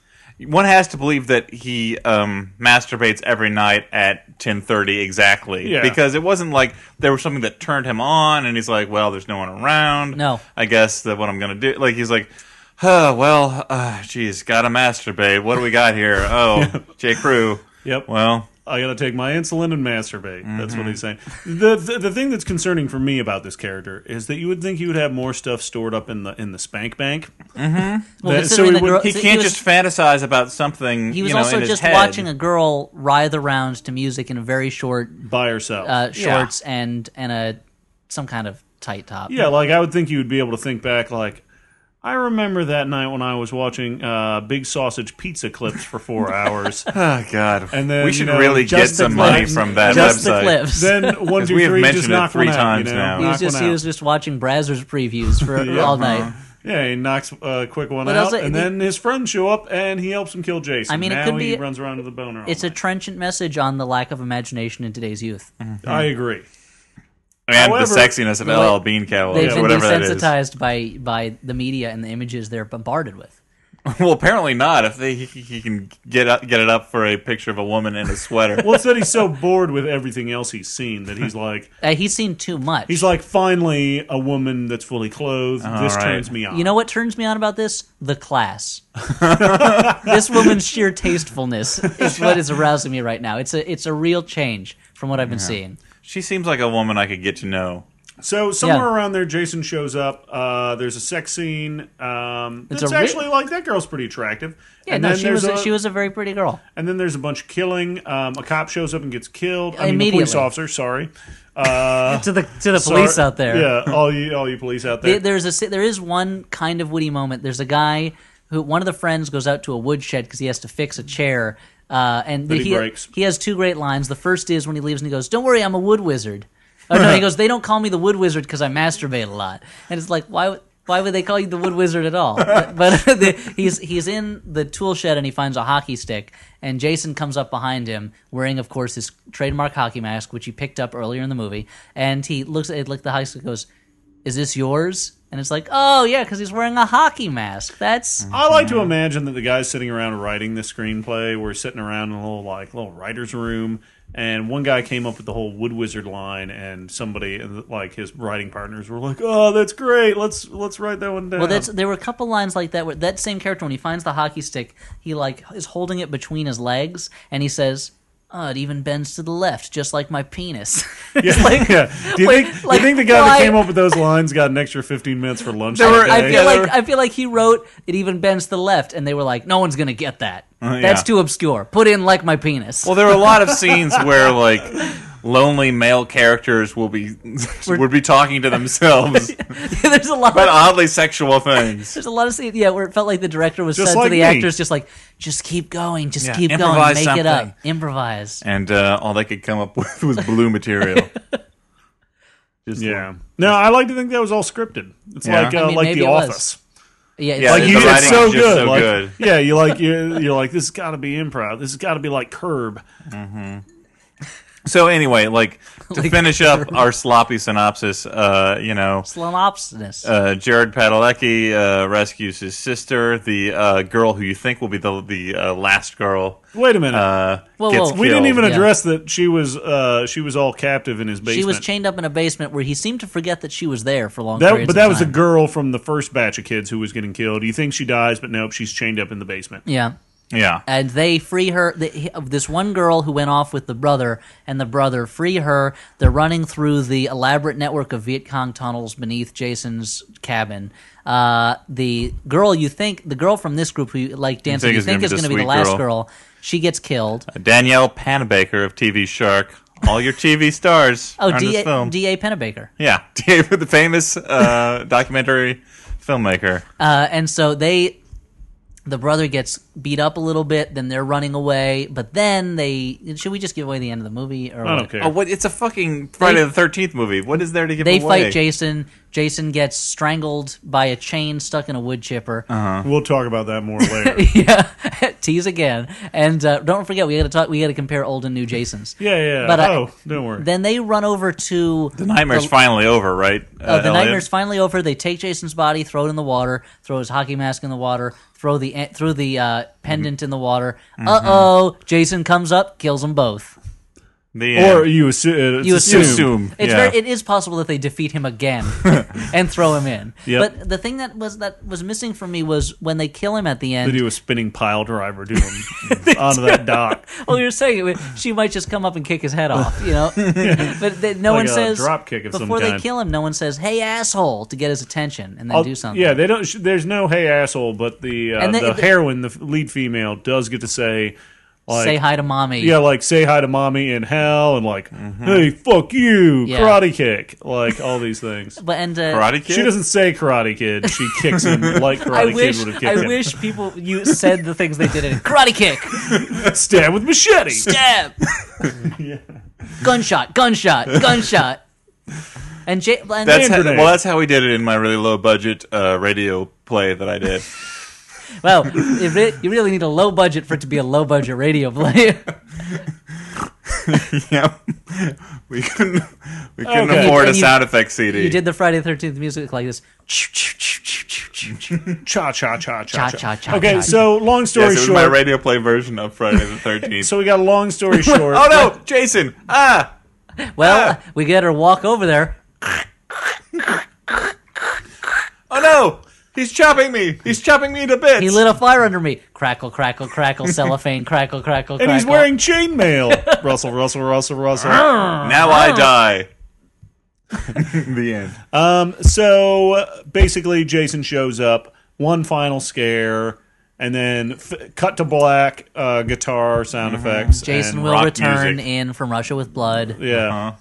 [SPEAKER 1] one has to believe that he um, masturbates every night at ten thirty exactly.
[SPEAKER 2] Yeah.
[SPEAKER 1] Because it wasn't like there was something that turned him on, and he's like, "Well, there's no one around.
[SPEAKER 3] No.
[SPEAKER 1] I guess that what I'm gonna do." Like, he's like. Huh, well, uh, geez, gotta masturbate. What do we got here? Oh, J. Crew.
[SPEAKER 2] Yep.
[SPEAKER 1] Well,
[SPEAKER 2] I gotta take my insulin and masturbate. That's what he's saying. The, the the thing that's concerning for me about this character is that you would think he would have more stuff stored up in the in the spank bank.
[SPEAKER 3] Well,
[SPEAKER 2] That- so
[SPEAKER 3] considering
[SPEAKER 2] he
[SPEAKER 3] the
[SPEAKER 2] would-
[SPEAKER 3] girl-
[SPEAKER 1] he
[SPEAKER 3] so
[SPEAKER 1] can't
[SPEAKER 3] was-
[SPEAKER 1] just fantasize about something.
[SPEAKER 3] He was
[SPEAKER 1] you know,
[SPEAKER 3] also
[SPEAKER 1] in his
[SPEAKER 3] just
[SPEAKER 1] head.
[SPEAKER 3] watching a girl writhe around to music in a very short
[SPEAKER 2] By herself.
[SPEAKER 3] uh,
[SPEAKER 1] Yeah.
[SPEAKER 3] shorts and and a some kind of tight top.
[SPEAKER 2] yeah, like I would think you would be able to think back. Like I remember that night when I was watching uh, Big Sausage Pizza clips for four hours.
[SPEAKER 1] Oh God!
[SPEAKER 2] And then, uh,
[SPEAKER 1] we
[SPEAKER 2] you
[SPEAKER 1] should
[SPEAKER 2] know,
[SPEAKER 1] really get
[SPEAKER 2] just the
[SPEAKER 1] some money
[SPEAKER 2] clips.
[SPEAKER 1] from that
[SPEAKER 3] just
[SPEAKER 1] website.
[SPEAKER 3] the clips.
[SPEAKER 2] then one, two,
[SPEAKER 1] we have
[SPEAKER 2] three,
[SPEAKER 1] mentioned
[SPEAKER 2] just
[SPEAKER 1] it
[SPEAKER 2] knock
[SPEAKER 1] three
[SPEAKER 2] one out, you
[SPEAKER 1] times
[SPEAKER 2] know?
[SPEAKER 1] now.
[SPEAKER 3] he was
[SPEAKER 2] Knock
[SPEAKER 3] just
[SPEAKER 2] one
[SPEAKER 3] he
[SPEAKER 2] out.
[SPEAKER 3] was just watching Brazzers previews for all
[SPEAKER 1] Uh-huh.
[SPEAKER 3] night.
[SPEAKER 2] Yeah, he knocks a quick one
[SPEAKER 3] But
[SPEAKER 2] out,
[SPEAKER 3] also,
[SPEAKER 2] and
[SPEAKER 3] the-
[SPEAKER 2] then his friends show up, and he helps him kill Jason.
[SPEAKER 3] I mean, it
[SPEAKER 2] now
[SPEAKER 3] could
[SPEAKER 2] he
[SPEAKER 3] be-
[SPEAKER 2] runs around with a boner. all
[SPEAKER 3] It's a
[SPEAKER 2] night.
[SPEAKER 3] trenchant message on the lack of imagination in today's youth.
[SPEAKER 1] Oh,
[SPEAKER 2] I agree.
[SPEAKER 1] and
[SPEAKER 2] However,
[SPEAKER 1] the sexiness of
[SPEAKER 3] you know
[SPEAKER 1] LL
[SPEAKER 3] what?
[SPEAKER 1] Bean catalog,
[SPEAKER 3] They've
[SPEAKER 1] or
[SPEAKER 3] been
[SPEAKER 1] whatever that is.
[SPEAKER 3] desensitized by by the media and the images they're bombarded with.
[SPEAKER 1] Well, apparently not. If they, he, he can get up, get it up for a picture of a woman in a sweater.
[SPEAKER 2] Well, it's that he's so bored with everything else he's seen that he's like,
[SPEAKER 3] Uh, he's seen too much.
[SPEAKER 2] he's like, finally a woman that's fully clothed. this
[SPEAKER 1] right.
[SPEAKER 2] turns me on.
[SPEAKER 3] You know what turns me on about this? The class. this woman's sheer tastefulness is what is arousing me right now. It's a it's a real change from what I've been seeing.
[SPEAKER 1] she seems like a woman I could get to know.
[SPEAKER 2] So somewhere
[SPEAKER 3] Yeah.
[SPEAKER 2] around there, Jason shows up. Uh, there's a sex scene. Um,
[SPEAKER 3] It's
[SPEAKER 2] it's
[SPEAKER 3] a re-
[SPEAKER 2] actually like that girl's pretty attractive.
[SPEAKER 3] Yeah,
[SPEAKER 2] and
[SPEAKER 3] no,
[SPEAKER 2] then
[SPEAKER 3] she
[SPEAKER 2] there's
[SPEAKER 3] was a,
[SPEAKER 2] a,
[SPEAKER 3] she was a very pretty girl.
[SPEAKER 2] And then there's a bunch of killing. Um, a cop shows up and gets killed. I mean, a
[SPEAKER 3] Immediately.
[SPEAKER 2] police officer. Sorry. Uh,
[SPEAKER 3] To the to the police
[SPEAKER 2] sorry-
[SPEAKER 3] out there.
[SPEAKER 2] Yeah, all you all you police out there.
[SPEAKER 3] There- There's a si- there is one kind of witty moment. There's a guy who one of the friends goes out to a woodshed because he has to fix a chair, uh, and
[SPEAKER 2] That he
[SPEAKER 3] he
[SPEAKER 2] breaks.
[SPEAKER 3] he has two great lines. The first is when he leaves and he goes, "Don't worry, I'm a wood wizard." Oh no, he goes, "They don't call me the wood wizard because I masturbate a lot," and it's like why. would- Why would they call you the wood wizard at all? But, but the, he's he's in the tool shed and he finds a hockey stick and Jason comes up behind him wearing, of course, his trademark hockey mask, which he picked up earlier in the movie. And he looks at it like the hockey stick and goes, is this yours? And it's like, oh yeah, because he's wearing a hockey mask. That's
[SPEAKER 2] I like to imagine that the guys sitting around writing the screenplay were sitting around in a little like little writer's room, and one guy came up with the whole wood wizard line, and somebody like his writing partners were like, "Oh, that's great! Let's let's write that one down."
[SPEAKER 3] well, that's there were a couple lines like that where that same character when he finds the hockey stick, he like is holding it between his legs and he says, oh, it even bends to the left, just like my penis.
[SPEAKER 2] Yeah, yeah. Do you
[SPEAKER 3] like-
[SPEAKER 2] think
[SPEAKER 3] like,
[SPEAKER 2] you think the guy
[SPEAKER 3] why-
[SPEAKER 2] that came up with those lines got an extra 15 minutes for lunch?
[SPEAKER 1] There were-
[SPEAKER 2] that
[SPEAKER 3] I
[SPEAKER 2] day?
[SPEAKER 3] feel
[SPEAKER 1] Yeah,
[SPEAKER 3] like
[SPEAKER 1] there were-
[SPEAKER 3] I feel like he wrote it even bends to the left, and they were like, "No one's gonna get that.
[SPEAKER 1] Uh, yeah.
[SPEAKER 3] That's too obscure. Put in like my penis."
[SPEAKER 1] Well, there are a lot of scenes where like lonely male characters will be would be talking to themselves
[SPEAKER 3] there's a lot.
[SPEAKER 1] about oddly sexual things.
[SPEAKER 3] there's a lot of scenes, yeah, where it felt like the director was
[SPEAKER 2] Just
[SPEAKER 3] said to
[SPEAKER 2] like
[SPEAKER 3] the
[SPEAKER 2] me.
[SPEAKER 3] actors, just like, "Just keep going, just
[SPEAKER 1] Yeah,
[SPEAKER 3] keep going,
[SPEAKER 1] improvise
[SPEAKER 3] make it
[SPEAKER 1] something."
[SPEAKER 3] up, improvise."
[SPEAKER 1] And uh, all they could come up with was blue material. Just
[SPEAKER 2] yeah. No, I like to think that was all scripted. It's
[SPEAKER 1] Yeah.
[SPEAKER 2] like uh,
[SPEAKER 3] I mean,
[SPEAKER 2] like
[SPEAKER 3] maybe
[SPEAKER 2] The
[SPEAKER 3] it was.
[SPEAKER 2] Office.
[SPEAKER 3] Yeah, it's
[SPEAKER 1] Yeah,
[SPEAKER 2] Like
[SPEAKER 1] the
[SPEAKER 2] you,
[SPEAKER 1] writing
[SPEAKER 2] it's
[SPEAKER 1] is
[SPEAKER 2] so
[SPEAKER 1] just
[SPEAKER 2] good.
[SPEAKER 1] so
[SPEAKER 2] like,
[SPEAKER 1] good.
[SPEAKER 2] Yeah, you like you're, you're like this has got to be improv. This has got to be like Curb.
[SPEAKER 1] So anyway, like to
[SPEAKER 3] Like-
[SPEAKER 1] finish up our sloppy synopsis, uh, you know,
[SPEAKER 3] Slumopsinus.
[SPEAKER 1] uh, Jared Padalecki uh, rescues his sister, the uh, girl who you think will be the the uh, last girl.
[SPEAKER 2] Wait a minute.
[SPEAKER 1] Uh,
[SPEAKER 3] Whoa,
[SPEAKER 1] gets
[SPEAKER 3] whoa.
[SPEAKER 2] we didn't
[SPEAKER 1] killed.
[SPEAKER 2] even
[SPEAKER 3] yeah.
[SPEAKER 2] address that she was uh, she was all captive in his basement.
[SPEAKER 3] she was chained up in a basement where he seemed to forget that she was there for long
[SPEAKER 2] that,
[SPEAKER 3] periods.
[SPEAKER 2] but
[SPEAKER 3] of
[SPEAKER 2] that was the
[SPEAKER 3] time.
[SPEAKER 2] girl from the first batch of kids who was getting killed. You think she dies, but nope, she's chained up in the basement.
[SPEAKER 3] yeah.
[SPEAKER 1] Yeah.
[SPEAKER 3] and they free her the, he- of this one girl who went off with the brother and the brother free her they're running through the elaborate network of viet cong tunnels beneath jason's cabin uh, the girl you think the girl from this group who you- like dancing
[SPEAKER 1] think
[SPEAKER 3] you
[SPEAKER 1] is gonna
[SPEAKER 3] think
[SPEAKER 1] be
[SPEAKER 3] is
[SPEAKER 1] the
[SPEAKER 3] going to be the
[SPEAKER 1] sweet
[SPEAKER 3] last
[SPEAKER 1] girl.
[SPEAKER 3] girl she gets killed
[SPEAKER 1] Danielle Panabaker of TV Shark. All your TV stars
[SPEAKER 3] oh
[SPEAKER 1] are in this
[SPEAKER 3] da
[SPEAKER 1] film.
[SPEAKER 3] da pennebaker
[SPEAKER 1] yeah, David, the famous uh, documentary filmmaker.
[SPEAKER 3] Uh, and so they, the brother gets beat up a little bit. Then they're running away. But then they should we just give away the end of the movie?
[SPEAKER 2] I
[SPEAKER 3] Or what?
[SPEAKER 2] don't care.
[SPEAKER 1] Oh, what? It's a fucking Friday the Thirteenth movie. What is there to give
[SPEAKER 3] They
[SPEAKER 1] away?
[SPEAKER 3] fight Jason. Jason gets strangled by a chain stuck in a wood chipper.
[SPEAKER 2] We'll talk about that more later.
[SPEAKER 3] yeah, tease again. And uh, don't forget, we got to talk. We got to compare old and new Jasons.
[SPEAKER 2] yeah, yeah.
[SPEAKER 3] But I-
[SPEAKER 2] oh, don't worry.
[SPEAKER 3] Then they run over to
[SPEAKER 1] The nightmare's finally over, right?
[SPEAKER 3] Uh, the nightmare's finally over. They take Jason's body, throw it in the water, throw his hockey mask in the water, throw the throw the uh,
[SPEAKER 2] Mm-hmm.
[SPEAKER 3] pendant in the water. Uh oh! Jason comes up, kills them both.
[SPEAKER 1] The
[SPEAKER 2] or
[SPEAKER 1] end.
[SPEAKER 2] you, assu- uh,
[SPEAKER 3] You
[SPEAKER 2] it's
[SPEAKER 3] assume.
[SPEAKER 2] assumed.
[SPEAKER 1] assume.
[SPEAKER 3] It's
[SPEAKER 1] yeah.
[SPEAKER 3] very, it is possible that they defeat him again and throw him in.
[SPEAKER 2] Yep.
[SPEAKER 3] But the thing that was that was missing for me was when they kill him at the
[SPEAKER 2] They
[SPEAKER 3] end.
[SPEAKER 2] do a spinning pile driver to him onto that dock.
[SPEAKER 3] well, oh, you're saying it, she might just come up and kick his head off, you know. but they, no
[SPEAKER 2] Like
[SPEAKER 3] one
[SPEAKER 2] a
[SPEAKER 3] says
[SPEAKER 2] drop kick of some
[SPEAKER 3] before they
[SPEAKER 2] kind.
[SPEAKER 3] kill him. No one says "Hey, asshole" to get his attention and then
[SPEAKER 2] I'll-
[SPEAKER 3] do something.
[SPEAKER 2] Yeah, they don't. sh- There's no hey asshole, but the uh,
[SPEAKER 3] And
[SPEAKER 2] the,
[SPEAKER 3] the-
[SPEAKER 2] heroine, the f- lead female, does get to say like
[SPEAKER 3] say hi to mommy.
[SPEAKER 2] Yeah, like say hi to mommy in hell, and like hey fuck you,
[SPEAKER 3] Mm-hmm. Yeah.
[SPEAKER 2] karate kick, like all these things.
[SPEAKER 3] But and uh,
[SPEAKER 1] Karate Kid.
[SPEAKER 2] She doesn't say karate kid. She kicks him like
[SPEAKER 3] I
[SPEAKER 2] karate
[SPEAKER 3] wish
[SPEAKER 2] kid would have
[SPEAKER 3] I
[SPEAKER 2] kicked him.
[SPEAKER 3] wish people you said the things they did in it. Karate kick,
[SPEAKER 2] Stab with machete.
[SPEAKER 3] stab, gunshot, gunshot, gunshot. And, J- and
[SPEAKER 1] That's how,
[SPEAKER 2] grenade.
[SPEAKER 1] well. That's how we did it in my really low budget uh, radio play that I did.
[SPEAKER 3] well, if it, you really need a low budget for it to be a low budget radio play.
[SPEAKER 1] yeah, we couldn't we couldn't
[SPEAKER 2] Okay.
[SPEAKER 1] afford a
[SPEAKER 3] And you-
[SPEAKER 1] sound effects CD.
[SPEAKER 3] you did the Friday the Thirteenth music like this.
[SPEAKER 2] Cha cha cha cha
[SPEAKER 3] Cha, cha, cha,
[SPEAKER 2] Okay,
[SPEAKER 3] cha.
[SPEAKER 2] so long story
[SPEAKER 1] yes, it was my
[SPEAKER 2] short.
[SPEAKER 1] radio play version of Friday the Thirteenth.
[SPEAKER 2] so we got a long story short.
[SPEAKER 1] oh no, Jason! Ah,
[SPEAKER 2] uh,
[SPEAKER 3] Well,
[SPEAKER 1] Ah.
[SPEAKER 3] we get her walk over there.
[SPEAKER 1] oh no, he's chopping me. He's chopping me to bits.
[SPEAKER 3] He lit a fire under me. Crackle, crackle, crackle, cellophane, crackle, crackle, crackle.
[SPEAKER 2] And he's wearing chainmail. Russell, Russell, Russell, Russell.
[SPEAKER 1] now I
[SPEAKER 3] Ah.
[SPEAKER 1] die. the end.
[SPEAKER 2] Um, so uh, basically, Jason shows up, one final scare, and then f- cut to black, uh, guitar sound effects.
[SPEAKER 3] Mm-hmm. Jason Uh-huh.
[SPEAKER 2] and-
[SPEAKER 3] will
[SPEAKER 1] rock
[SPEAKER 3] return
[SPEAKER 1] music.
[SPEAKER 3] in from Russia with blood.
[SPEAKER 2] Yeah.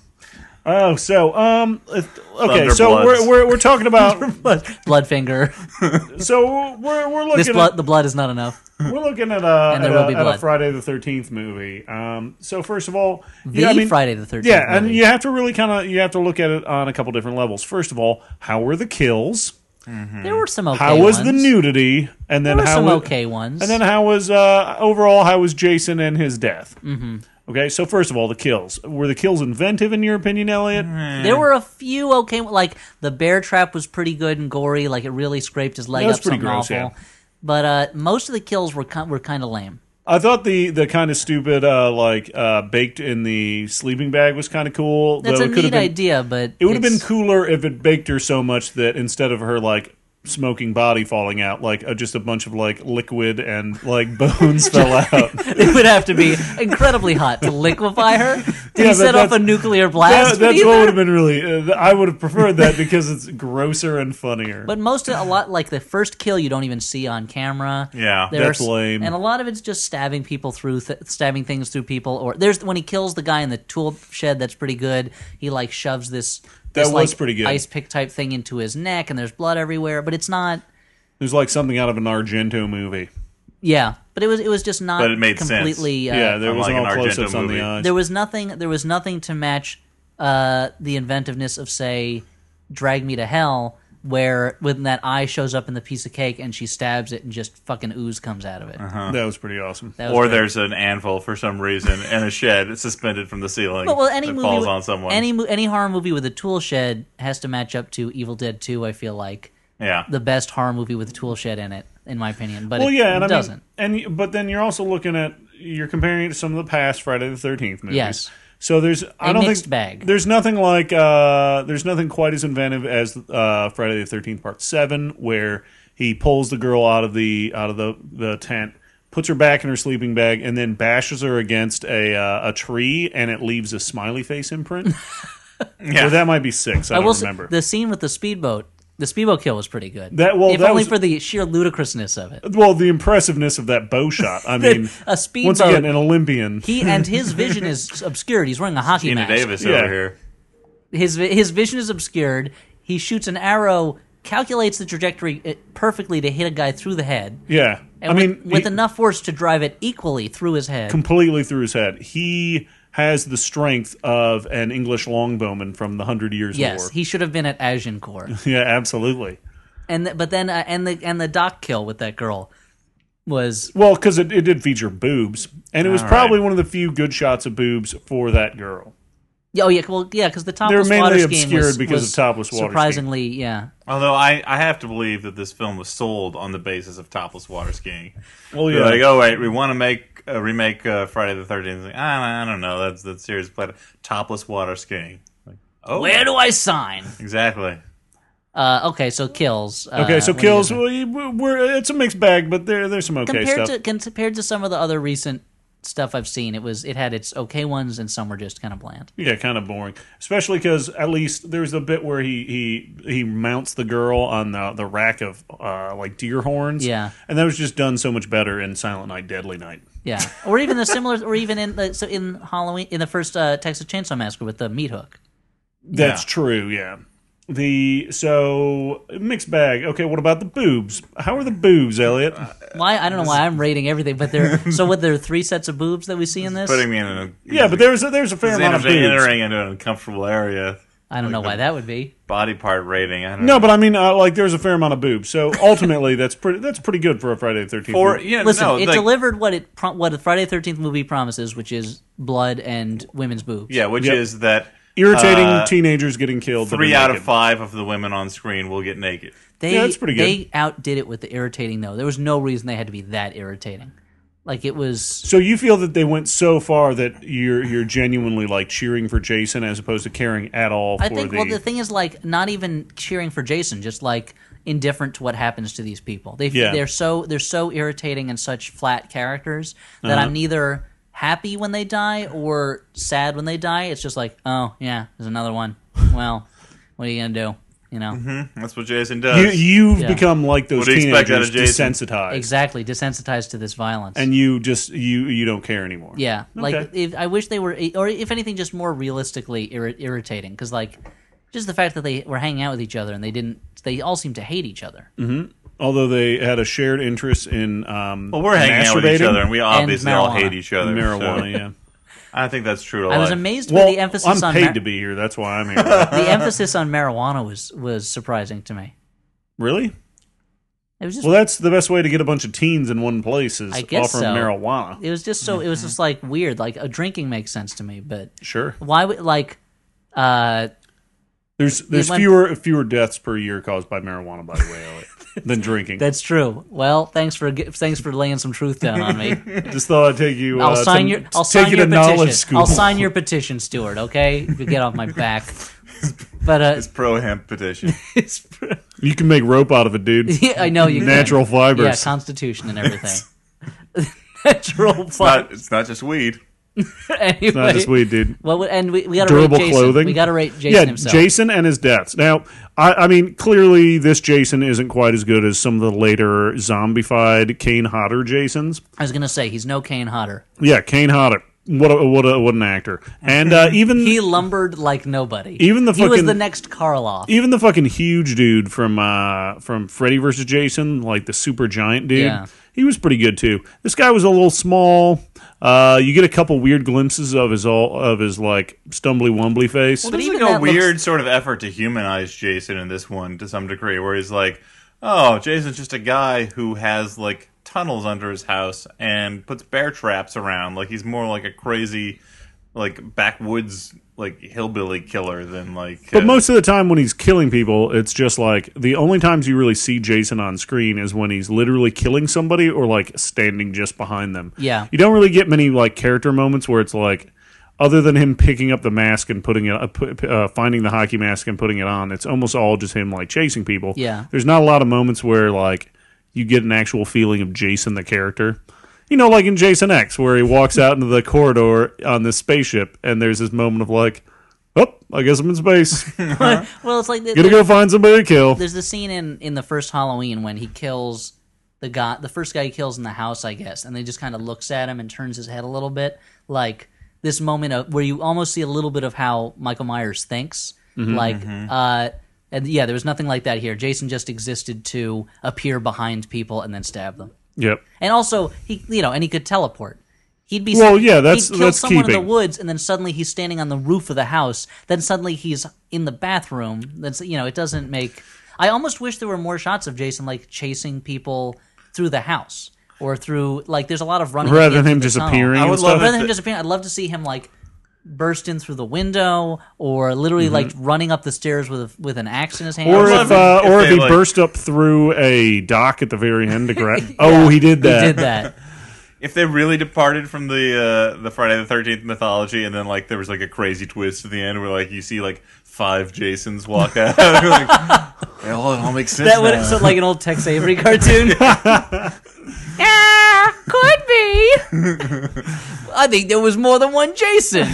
[SPEAKER 2] Oh, so um, uh, okay, so
[SPEAKER 1] Thunderbloods.
[SPEAKER 2] we're, we're we're talking about
[SPEAKER 3] Bloodfinger.
[SPEAKER 2] so we're we're
[SPEAKER 3] This
[SPEAKER 2] looking
[SPEAKER 3] blood, the blood is not enough.
[SPEAKER 2] at, we're looking at a,
[SPEAKER 3] And
[SPEAKER 2] at
[SPEAKER 3] there
[SPEAKER 2] a,
[SPEAKER 3] will be
[SPEAKER 2] at a
[SPEAKER 3] blood.
[SPEAKER 2] Friday the Thirteenth movie. Um, so first of all,
[SPEAKER 3] The
[SPEAKER 2] yeah, I mean,
[SPEAKER 3] Friday the Thirteenth.
[SPEAKER 2] Yeah, and you have to really kind of you have to look at it on a couple different levels. First of all, how were the kills?
[SPEAKER 3] there were some okay.
[SPEAKER 2] How was
[SPEAKER 3] ones.
[SPEAKER 2] the nudity? And then
[SPEAKER 3] There were
[SPEAKER 2] how
[SPEAKER 3] some
[SPEAKER 2] wa-
[SPEAKER 3] okay ones.
[SPEAKER 2] And then how was uh, overall? How was Jason and his death? Mm-hmm. Okay, so first of all, the kills were the kills inventive in your opinion, Elliot?
[SPEAKER 3] there were a few okay. Like the bear trap was pretty good and gory. Like it really scraped his leg
[SPEAKER 2] That was
[SPEAKER 3] up.
[SPEAKER 2] pretty
[SPEAKER 3] Something
[SPEAKER 2] gross,
[SPEAKER 3] awful.
[SPEAKER 2] yeah.
[SPEAKER 3] But uh, most of the kills were ki- were kind of lame.
[SPEAKER 2] I thought the the kind of stupid uh, like uh, baked in the sleeping bag was kind of cool.
[SPEAKER 3] That's
[SPEAKER 2] though
[SPEAKER 3] a
[SPEAKER 2] it
[SPEAKER 3] neat
[SPEAKER 2] could have been,
[SPEAKER 3] idea, but
[SPEAKER 2] It would have been
[SPEAKER 3] it's-
[SPEAKER 2] cooler if it baked her so much that instead of her like smoking body falling out, like uh, just a bunch of like liquid and like bones fell out.
[SPEAKER 3] it would have to be incredibly hot to liquefy her. Did
[SPEAKER 2] Yeah,
[SPEAKER 3] he
[SPEAKER 2] but
[SPEAKER 3] set off
[SPEAKER 2] that's-
[SPEAKER 3] a nuclear
[SPEAKER 2] That- that's
[SPEAKER 3] blast? beneath
[SPEAKER 2] what
[SPEAKER 3] her?
[SPEAKER 2] would have been really. Uh, th- I would have preferred that because it's grosser and funnier.
[SPEAKER 3] But most of a lot like the first kill you don't even see on camera.
[SPEAKER 1] Yeah.
[SPEAKER 3] There
[SPEAKER 2] That's
[SPEAKER 3] are s-
[SPEAKER 2] lame.
[SPEAKER 3] And a lot of it's just stabbing people through, th- stabbing things through people. Or there's when he kills the guy in the tool shed. That's pretty good. He like shoves this.
[SPEAKER 2] That
[SPEAKER 3] this,
[SPEAKER 2] was
[SPEAKER 3] like,
[SPEAKER 2] pretty good.
[SPEAKER 3] Ice pick type thing into his neck, and there's blood everywhere. But it's not.
[SPEAKER 2] There's like something out of an Argento movie.
[SPEAKER 3] Yeah, but it was it was just not.
[SPEAKER 1] But it made sense.
[SPEAKER 3] completely. Uh,
[SPEAKER 2] yeah, there was
[SPEAKER 1] unlike
[SPEAKER 2] all
[SPEAKER 1] an Argento
[SPEAKER 2] close-ups on
[SPEAKER 1] movie.
[SPEAKER 2] the eyes.
[SPEAKER 3] there was nothing there was nothing to match uh, the inventiveness of say drag me to hell where when that eye shows up in the piece of cake and she stabs it and just fucking ooze comes out of it
[SPEAKER 2] That was pretty awesome.
[SPEAKER 3] That was
[SPEAKER 1] Or
[SPEAKER 3] great.
[SPEAKER 1] there's an anvil for some reason and a shed suspended from the ceiling.
[SPEAKER 3] but well any
[SPEAKER 1] that
[SPEAKER 3] movie
[SPEAKER 1] falls
[SPEAKER 3] with-
[SPEAKER 1] on someone.
[SPEAKER 3] any mo- any horror movie with a tool shed has to match up to Evil Dead 2 I feel like
[SPEAKER 1] yeah.
[SPEAKER 3] the best horror movie with a tool shed in it in my opinion but
[SPEAKER 2] well,
[SPEAKER 3] it
[SPEAKER 2] yeah, and I
[SPEAKER 3] doesn't
[SPEAKER 2] mean, and y- but then you're also looking at you're comparing it to some of the past Friday the Thirteenth movies.
[SPEAKER 3] Yes.
[SPEAKER 2] So there's I
[SPEAKER 3] A
[SPEAKER 2] don't
[SPEAKER 3] mixed
[SPEAKER 2] think
[SPEAKER 3] bag.
[SPEAKER 2] there's nothing like uh, there's nothing quite as inventive as uh, Friday the Thirteenth Part Seven, where he pulls the girl out of the out of the the tent, puts her back in her sleeping bag, and then bashes her against a uh, a tree, and it leaves a smiley face imprint.
[SPEAKER 1] Yeah.
[SPEAKER 2] Or that might be six. I,
[SPEAKER 3] I will
[SPEAKER 2] don't
[SPEAKER 3] say,
[SPEAKER 2] remember.
[SPEAKER 3] the scene with the speedboat the speedboat kill was pretty good
[SPEAKER 2] That- well,
[SPEAKER 3] if
[SPEAKER 2] that
[SPEAKER 3] only
[SPEAKER 2] was-
[SPEAKER 3] for the sheer ludicrousness of it
[SPEAKER 2] well, the impressiveness of that bow shot. I mean,
[SPEAKER 3] a
[SPEAKER 2] once
[SPEAKER 3] speedboat
[SPEAKER 2] again, an Olympian.
[SPEAKER 3] He and his vision is obscured. He's wearing a hockey
[SPEAKER 1] Gina
[SPEAKER 3] mask.
[SPEAKER 1] Davis
[SPEAKER 2] Yeah.
[SPEAKER 1] over here.
[SPEAKER 3] His vi- his vision is obscured. He shoots an arrow, calculates the trajectory eh, perfectly to hit a guy through the head.
[SPEAKER 2] yeah,
[SPEAKER 3] And
[SPEAKER 2] I
[SPEAKER 3] with,
[SPEAKER 2] mean,
[SPEAKER 3] with
[SPEAKER 2] he-
[SPEAKER 3] enough force to drive it equally through his head.
[SPEAKER 2] completely through his head. He has the strength of an English longbowman from the Hundred Years
[SPEAKER 3] yes,
[SPEAKER 2] War.
[SPEAKER 3] he should have been at Agincourt.
[SPEAKER 2] yeah, absolutely.
[SPEAKER 3] and th- but then uh, and the and the doc kill with that girl was
[SPEAKER 2] Well, because it, it did feature boobs, and it was probably one of the few good shots of boobs for that girl.
[SPEAKER 3] yeah, oh yeah well yeah because the
[SPEAKER 2] They're
[SPEAKER 3] topless water
[SPEAKER 2] mainly
[SPEAKER 3] skiing
[SPEAKER 2] obscured
[SPEAKER 3] was,
[SPEAKER 2] because
[SPEAKER 3] was
[SPEAKER 2] of topless water skiing.
[SPEAKER 3] surprisingly yeah
[SPEAKER 1] Although I, I have to believe that this film was sold on the basis of topless water skiing.
[SPEAKER 2] Well,
[SPEAKER 1] They're
[SPEAKER 2] yeah,
[SPEAKER 1] like, oh wait, we want to make uh, remake uh, Friday the Thirteenth. Like, I, I don't know. That's that series played topless water skiing. Like, oh,
[SPEAKER 3] where do I sign
[SPEAKER 1] exactly.
[SPEAKER 3] uh, okay so kills uh,
[SPEAKER 2] okay. So
[SPEAKER 3] when he was
[SPEAKER 2] kills. Well, you- we're, it's a mixed bag, but there there's some okay
[SPEAKER 3] compared
[SPEAKER 2] stuff.
[SPEAKER 3] to compared to some of the other recent stuff I've seen, it was it had its okay ones and some were just kind of bland.
[SPEAKER 2] yeah, kind of boring, especially because at least there's a bit where he he he mounts the girl on the the rack of uh, like deer horns.
[SPEAKER 3] Yeah.
[SPEAKER 2] and that was just done so much better in Silent Night, Deadly Night.
[SPEAKER 3] Yeah, or even the similar, or even in the, so in Halloween in the first uh, Texas Chainsaw Massacre with the meat hook.
[SPEAKER 2] That's
[SPEAKER 1] Yeah.
[SPEAKER 2] true. Yeah. The so mixed bag. Okay, what about the boobs? How are the boobs, Elliot?
[SPEAKER 1] Uh,
[SPEAKER 3] Why I don't know why I'm rating everything, but there. so what? There are three sets of boobs that we see in this.
[SPEAKER 1] Putting me in an
[SPEAKER 2] yeah, but there's a, there's a fair
[SPEAKER 1] it's
[SPEAKER 2] amount of
[SPEAKER 1] interesting
[SPEAKER 2] boobs.
[SPEAKER 1] entering into an uncomfortable area.
[SPEAKER 3] I don't know why that would be.
[SPEAKER 1] Body part rating. I don't
[SPEAKER 2] No,
[SPEAKER 1] know.
[SPEAKER 2] but I mean, uh, like there's a fair amount of boobs. So ultimately, that's pretty that's pretty good for a Friday the Thirteenth.
[SPEAKER 1] Or yeah,
[SPEAKER 3] Listen,
[SPEAKER 1] no,
[SPEAKER 3] it
[SPEAKER 1] like-
[SPEAKER 3] delivered what it prom- what the Friday Thirteenth movie promises, which is blood and women's boobs.
[SPEAKER 1] yeah, which
[SPEAKER 2] Yep.
[SPEAKER 1] is that
[SPEAKER 2] irritating
[SPEAKER 1] uh,
[SPEAKER 2] teenagers getting killed. that are
[SPEAKER 1] three out of
[SPEAKER 2] naked.
[SPEAKER 1] five of the women on screen will get naked.
[SPEAKER 3] They,
[SPEAKER 2] Yeah, that's pretty good.
[SPEAKER 3] They outdid it with the irritating though. There was no reason they had to be that irritating. Like it was.
[SPEAKER 2] So you feel that they went so far that you're you're genuinely like cheering for Jason as opposed to caring at all for
[SPEAKER 3] I think.
[SPEAKER 2] the.
[SPEAKER 3] Well, the thing is, like, not even cheering for Jason, just like indifferent to what happens to these people. They
[SPEAKER 2] Yeah.
[SPEAKER 3] they're so they're so irritating and such flat characters that
[SPEAKER 2] Uh-huh.
[SPEAKER 3] I'm neither happy when they die or sad when they die. It's just like, oh yeah, there's another one. Well, what are you gonna do? You know,
[SPEAKER 2] Mm-hmm.
[SPEAKER 1] That's what Jason does.
[SPEAKER 2] you, you've
[SPEAKER 3] Yeah.
[SPEAKER 2] become like those
[SPEAKER 1] What do you expect out
[SPEAKER 2] teenagers
[SPEAKER 1] of Jason?
[SPEAKER 2] desensitized,
[SPEAKER 3] exactly desensitized to this violence.
[SPEAKER 2] and you just you you don't care anymore.
[SPEAKER 3] yeah, like
[SPEAKER 2] Okay.
[SPEAKER 3] if, I wish they were, or if anything, just more realistically irri- irritating because like. Just the fact that they were hanging out with each other and they didn't, they all seem to hate each other.
[SPEAKER 2] although they had a shared interest in um,
[SPEAKER 1] well, we're hanging out with each
[SPEAKER 2] masturbating
[SPEAKER 1] other, and we obviously all
[SPEAKER 3] marijuana.
[SPEAKER 1] hate each other.
[SPEAKER 2] and
[SPEAKER 1] so
[SPEAKER 2] marijuana. Yeah,
[SPEAKER 1] I think that's true. To
[SPEAKER 3] I was
[SPEAKER 1] life.
[SPEAKER 3] amazed by
[SPEAKER 2] well,
[SPEAKER 3] the
[SPEAKER 2] I'm
[SPEAKER 3] emphasis on
[SPEAKER 2] paid
[SPEAKER 3] mar-
[SPEAKER 2] to be here. That's why I'm here.
[SPEAKER 3] the emphasis on marijuana was was surprising to me.
[SPEAKER 2] really?
[SPEAKER 3] It was just
[SPEAKER 2] Well, that's the best way to get a bunch of teens in one place is
[SPEAKER 3] I
[SPEAKER 2] offer
[SPEAKER 3] guess
[SPEAKER 2] 'em
[SPEAKER 3] so.
[SPEAKER 2] marijuana.
[SPEAKER 3] it was just so it was
[SPEAKER 2] mm-hmm.
[SPEAKER 3] just like weird. Like a drinking makes sense to me, but
[SPEAKER 2] Sure.
[SPEAKER 3] why would like uh
[SPEAKER 2] There's there's
[SPEAKER 3] went-
[SPEAKER 2] fewer fewer deaths per year caused by marijuana, by the way, Elliot, than drinking.
[SPEAKER 3] that's true. Well, thanks for gi- thanks for laying some truth down on me.
[SPEAKER 2] Just thought I'd take you.
[SPEAKER 3] I'll
[SPEAKER 2] uh,
[SPEAKER 3] sign
[SPEAKER 2] to-
[SPEAKER 3] your
[SPEAKER 2] to
[SPEAKER 3] I'll
[SPEAKER 2] take
[SPEAKER 3] sign
[SPEAKER 2] you
[SPEAKER 3] your
[SPEAKER 2] to knowledge
[SPEAKER 3] petition.
[SPEAKER 2] school.
[SPEAKER 3] I'll sign your petition, Stewart, okay? You get off my back. But uh
[SPEAKER 1] It's pro hemp petition.
[SPEAKER 3] it's pr-
[SPEAKER 2] You can make rope out of it, dude.
[SPEAKER 3] Yeah, I know you. can.
[SPEAKER 2] Natural fibers.
[SPEAKER 3] Yeah, constitution and everything. Natural
[SPEAKER 1] But
[SPEAKER 3] fibers.
[SPEAKER 1] it's not just weed.
[SPEAKER 3] Anyway,
[SPEAKER 2] Not as weed, dude.
[SPEAKER 3] Well, and we, we got to rate
[SPEAKER 2] durable
[SPEAKER 3] Jason.
[SPEAKER 2] clothing.
[SPEAKER 3] We got to rate Jason
[SPEAKER 2] yeah,
[SPEAKER 3] himself.
[SPEAKER 2] Jason and his deaths. Now, I, I mean, clearly this Jason isn't quite as good as some of the later zombified Kane Hodder Jasons.
[SPEAKER 3] I was gonna say he's no Kane Hodder.
[SPEAKER 2] Yeah, Kane Hodder. What a, what a, what an actor. And uh, even
[SPEAKER 3] He lumbered like nobody.
[SPEAKER 2] Even the
[SPEAKER 3] he was
[SPEAKER 2] fucking-
[SPEAKER 3] the next Karloff.
[SPEAKER 2] even the fucking huge dude from uh, from Freddy vs. Jason, like the super giant dude.
[SPEAKER 3] Yeah.
[SPEAKER 2] He was pretty good too. This guy was a little small. Uh, you get a couple weird glimpses of his all of his like stumbly wumbly face.
[SPEAKER 1] Well, there's
[SPEAKER 3] even
[SPEAKER 1] like a
[SPEAKER 3] that looks-
[SPEAKER 1] weird sort of effort to humanize Jason in this one to some degree, where he's like, "Oh, Jason's just a guy who has like tunnels under his house and puts bear traps around. Like he's more like a crazy, like backwoods like hillbilly killer than like."
[SPEAKER 2] But
[SPEAKER 1] uh,
[SPEAKER 2] most of the time when he's killing people, it's just like the only times you really see Jason on screen is when he's literally killing somebody or like standing just behind them.
[SPEAKER 3] Yeah.
[SPEAKER 2] You don't really get many like character moments where it's like other than him picking up the mask and putting it uh, put- uh, finding the hockey mask and putting it on, it's almost all just him like chasing people.
[SPEAKER 3] Yeah.
[SPEAKER 2] There's not a lot of moments where like you get an actual feeling of Jason the character. You know, like in Jason X, where he walks out into the corridor on this spaceship, and there's this moment of like, "Oh, I guess I'm in space."
[SPEAKER 3] well, it's like the,
[SPEAKER 2] Gotta go find somebody to kill.
[SPEAKER 3] there's the scene in in the first Halloween when he kills the guy, the first guy he kills in the house, I guess, and they just kind of looks at him and turns his head a little bit, like this moment of where you almost see a little bit of how Michael Myers thinks,
[SPEAKER 2] Mm-hmm,
[SPEAKER 3] like, uh, and yeah, there was nothing like that here. Jason just existed to appear behind people and then stab them,
[SPEAKER 2] Yep.
[SPEAKER 3] and also he, you know, and he could teleport. He'd be
[SPEAKER 2] Well, yeah, that's-
[SPEAKER 3] he'd kill
[SPEAKER 2] that's
[SPEAKER 3] someone in
[SPEAKER 2] keeping.
[SPEAKER 3] the woods, and then suddenly he's standing on the roof of the house. Then suddenly he's in the bathroom. That's you know, it doesn't make. I almost wish there were more shots of Jason like chasing people through the house or through like. There's a lot of running at
[SPEAKER 2] Rather
[SPEAKER 3] the
[SPEAKER 2] than him
[SPEAKER 3] end of the
[SPEAKER 2] just
[SPEAKER 3] tunnel.
[SPEAKER 2] appearing.
[SPEAKER 1] I
[SPEAKER 2] and
[SPEAKER 1] would
[SPEAKER 2] stuff.
[SPEAKER 1] love
[SPEAKER 3] Rather
[SPEAKER 1] If
[SPEAKER 3] than him
[SPEAKER 1] it-
[SPEAKER 3] just appearing, I'd love to see him like burst in through the window or literally like running up the stairs with a, with an axe in his hand.
[SPEAKER 2] Mm-hmm. Or
[SPEAKER 1] love
[SPEAKER 2] if,
[SPEAKER 1] it
[SPEAKER 2] uh,
[SPEAKER 1] if
[SPEAKER 2] or if
[SPEAKER 1] they,
[SPEAKER 2] he
[SPEAKER 1] like-
[SPEAKER 2] burst up through a dock at the very end to grab. Oh, he did
[SPEAKER 3] he
[SPEAKER 2] that.
[SPEAKER 3] did that.
[SPEAKER 1] if they really departed from the uh, the Friday the Thirteenth mythology, and then like there was like a crazy twist at the end where like you see like five Jasons walk out, like, it all, it all makes sense.
[SPEAKER 3] That
[SPEAKER 1] now.
[SPEAKER 3] would so like an old Tex Avery cartoon. yeah, could be. I think there was more than one Jason.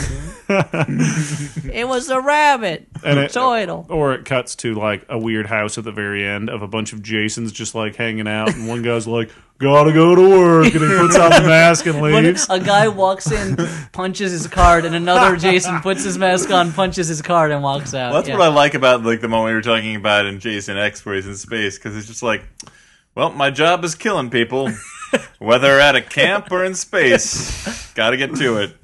[SPEAKER 3] it was a rabbit.
[SPEAKER 2] And it-
[SPEAKER 3] Toidle.
[SPEAKER 1] Oh,
[SPEAKER 2] Or it cuts to like a weird house at the very end of a bunch of Jasons just like hanging out, and one guy's like, "Gotta go to work," and he puts on the mask and
[SPEAKER 3] When
[SPEAKER 2] leaves.
[SPEAKER 3] a guy walks in, punches his card, and another Jason puts his mask on, punches his card, and walks out.
[SPEAKER 1] Well, that's
[SPEAKER 3] Yeah.
[SPEAKER 1] what I like about like the moment we were talking about in Jason X, where he's in space, because it's just like, well, my job is killing people, whether at a camp or in space. Got to get to it.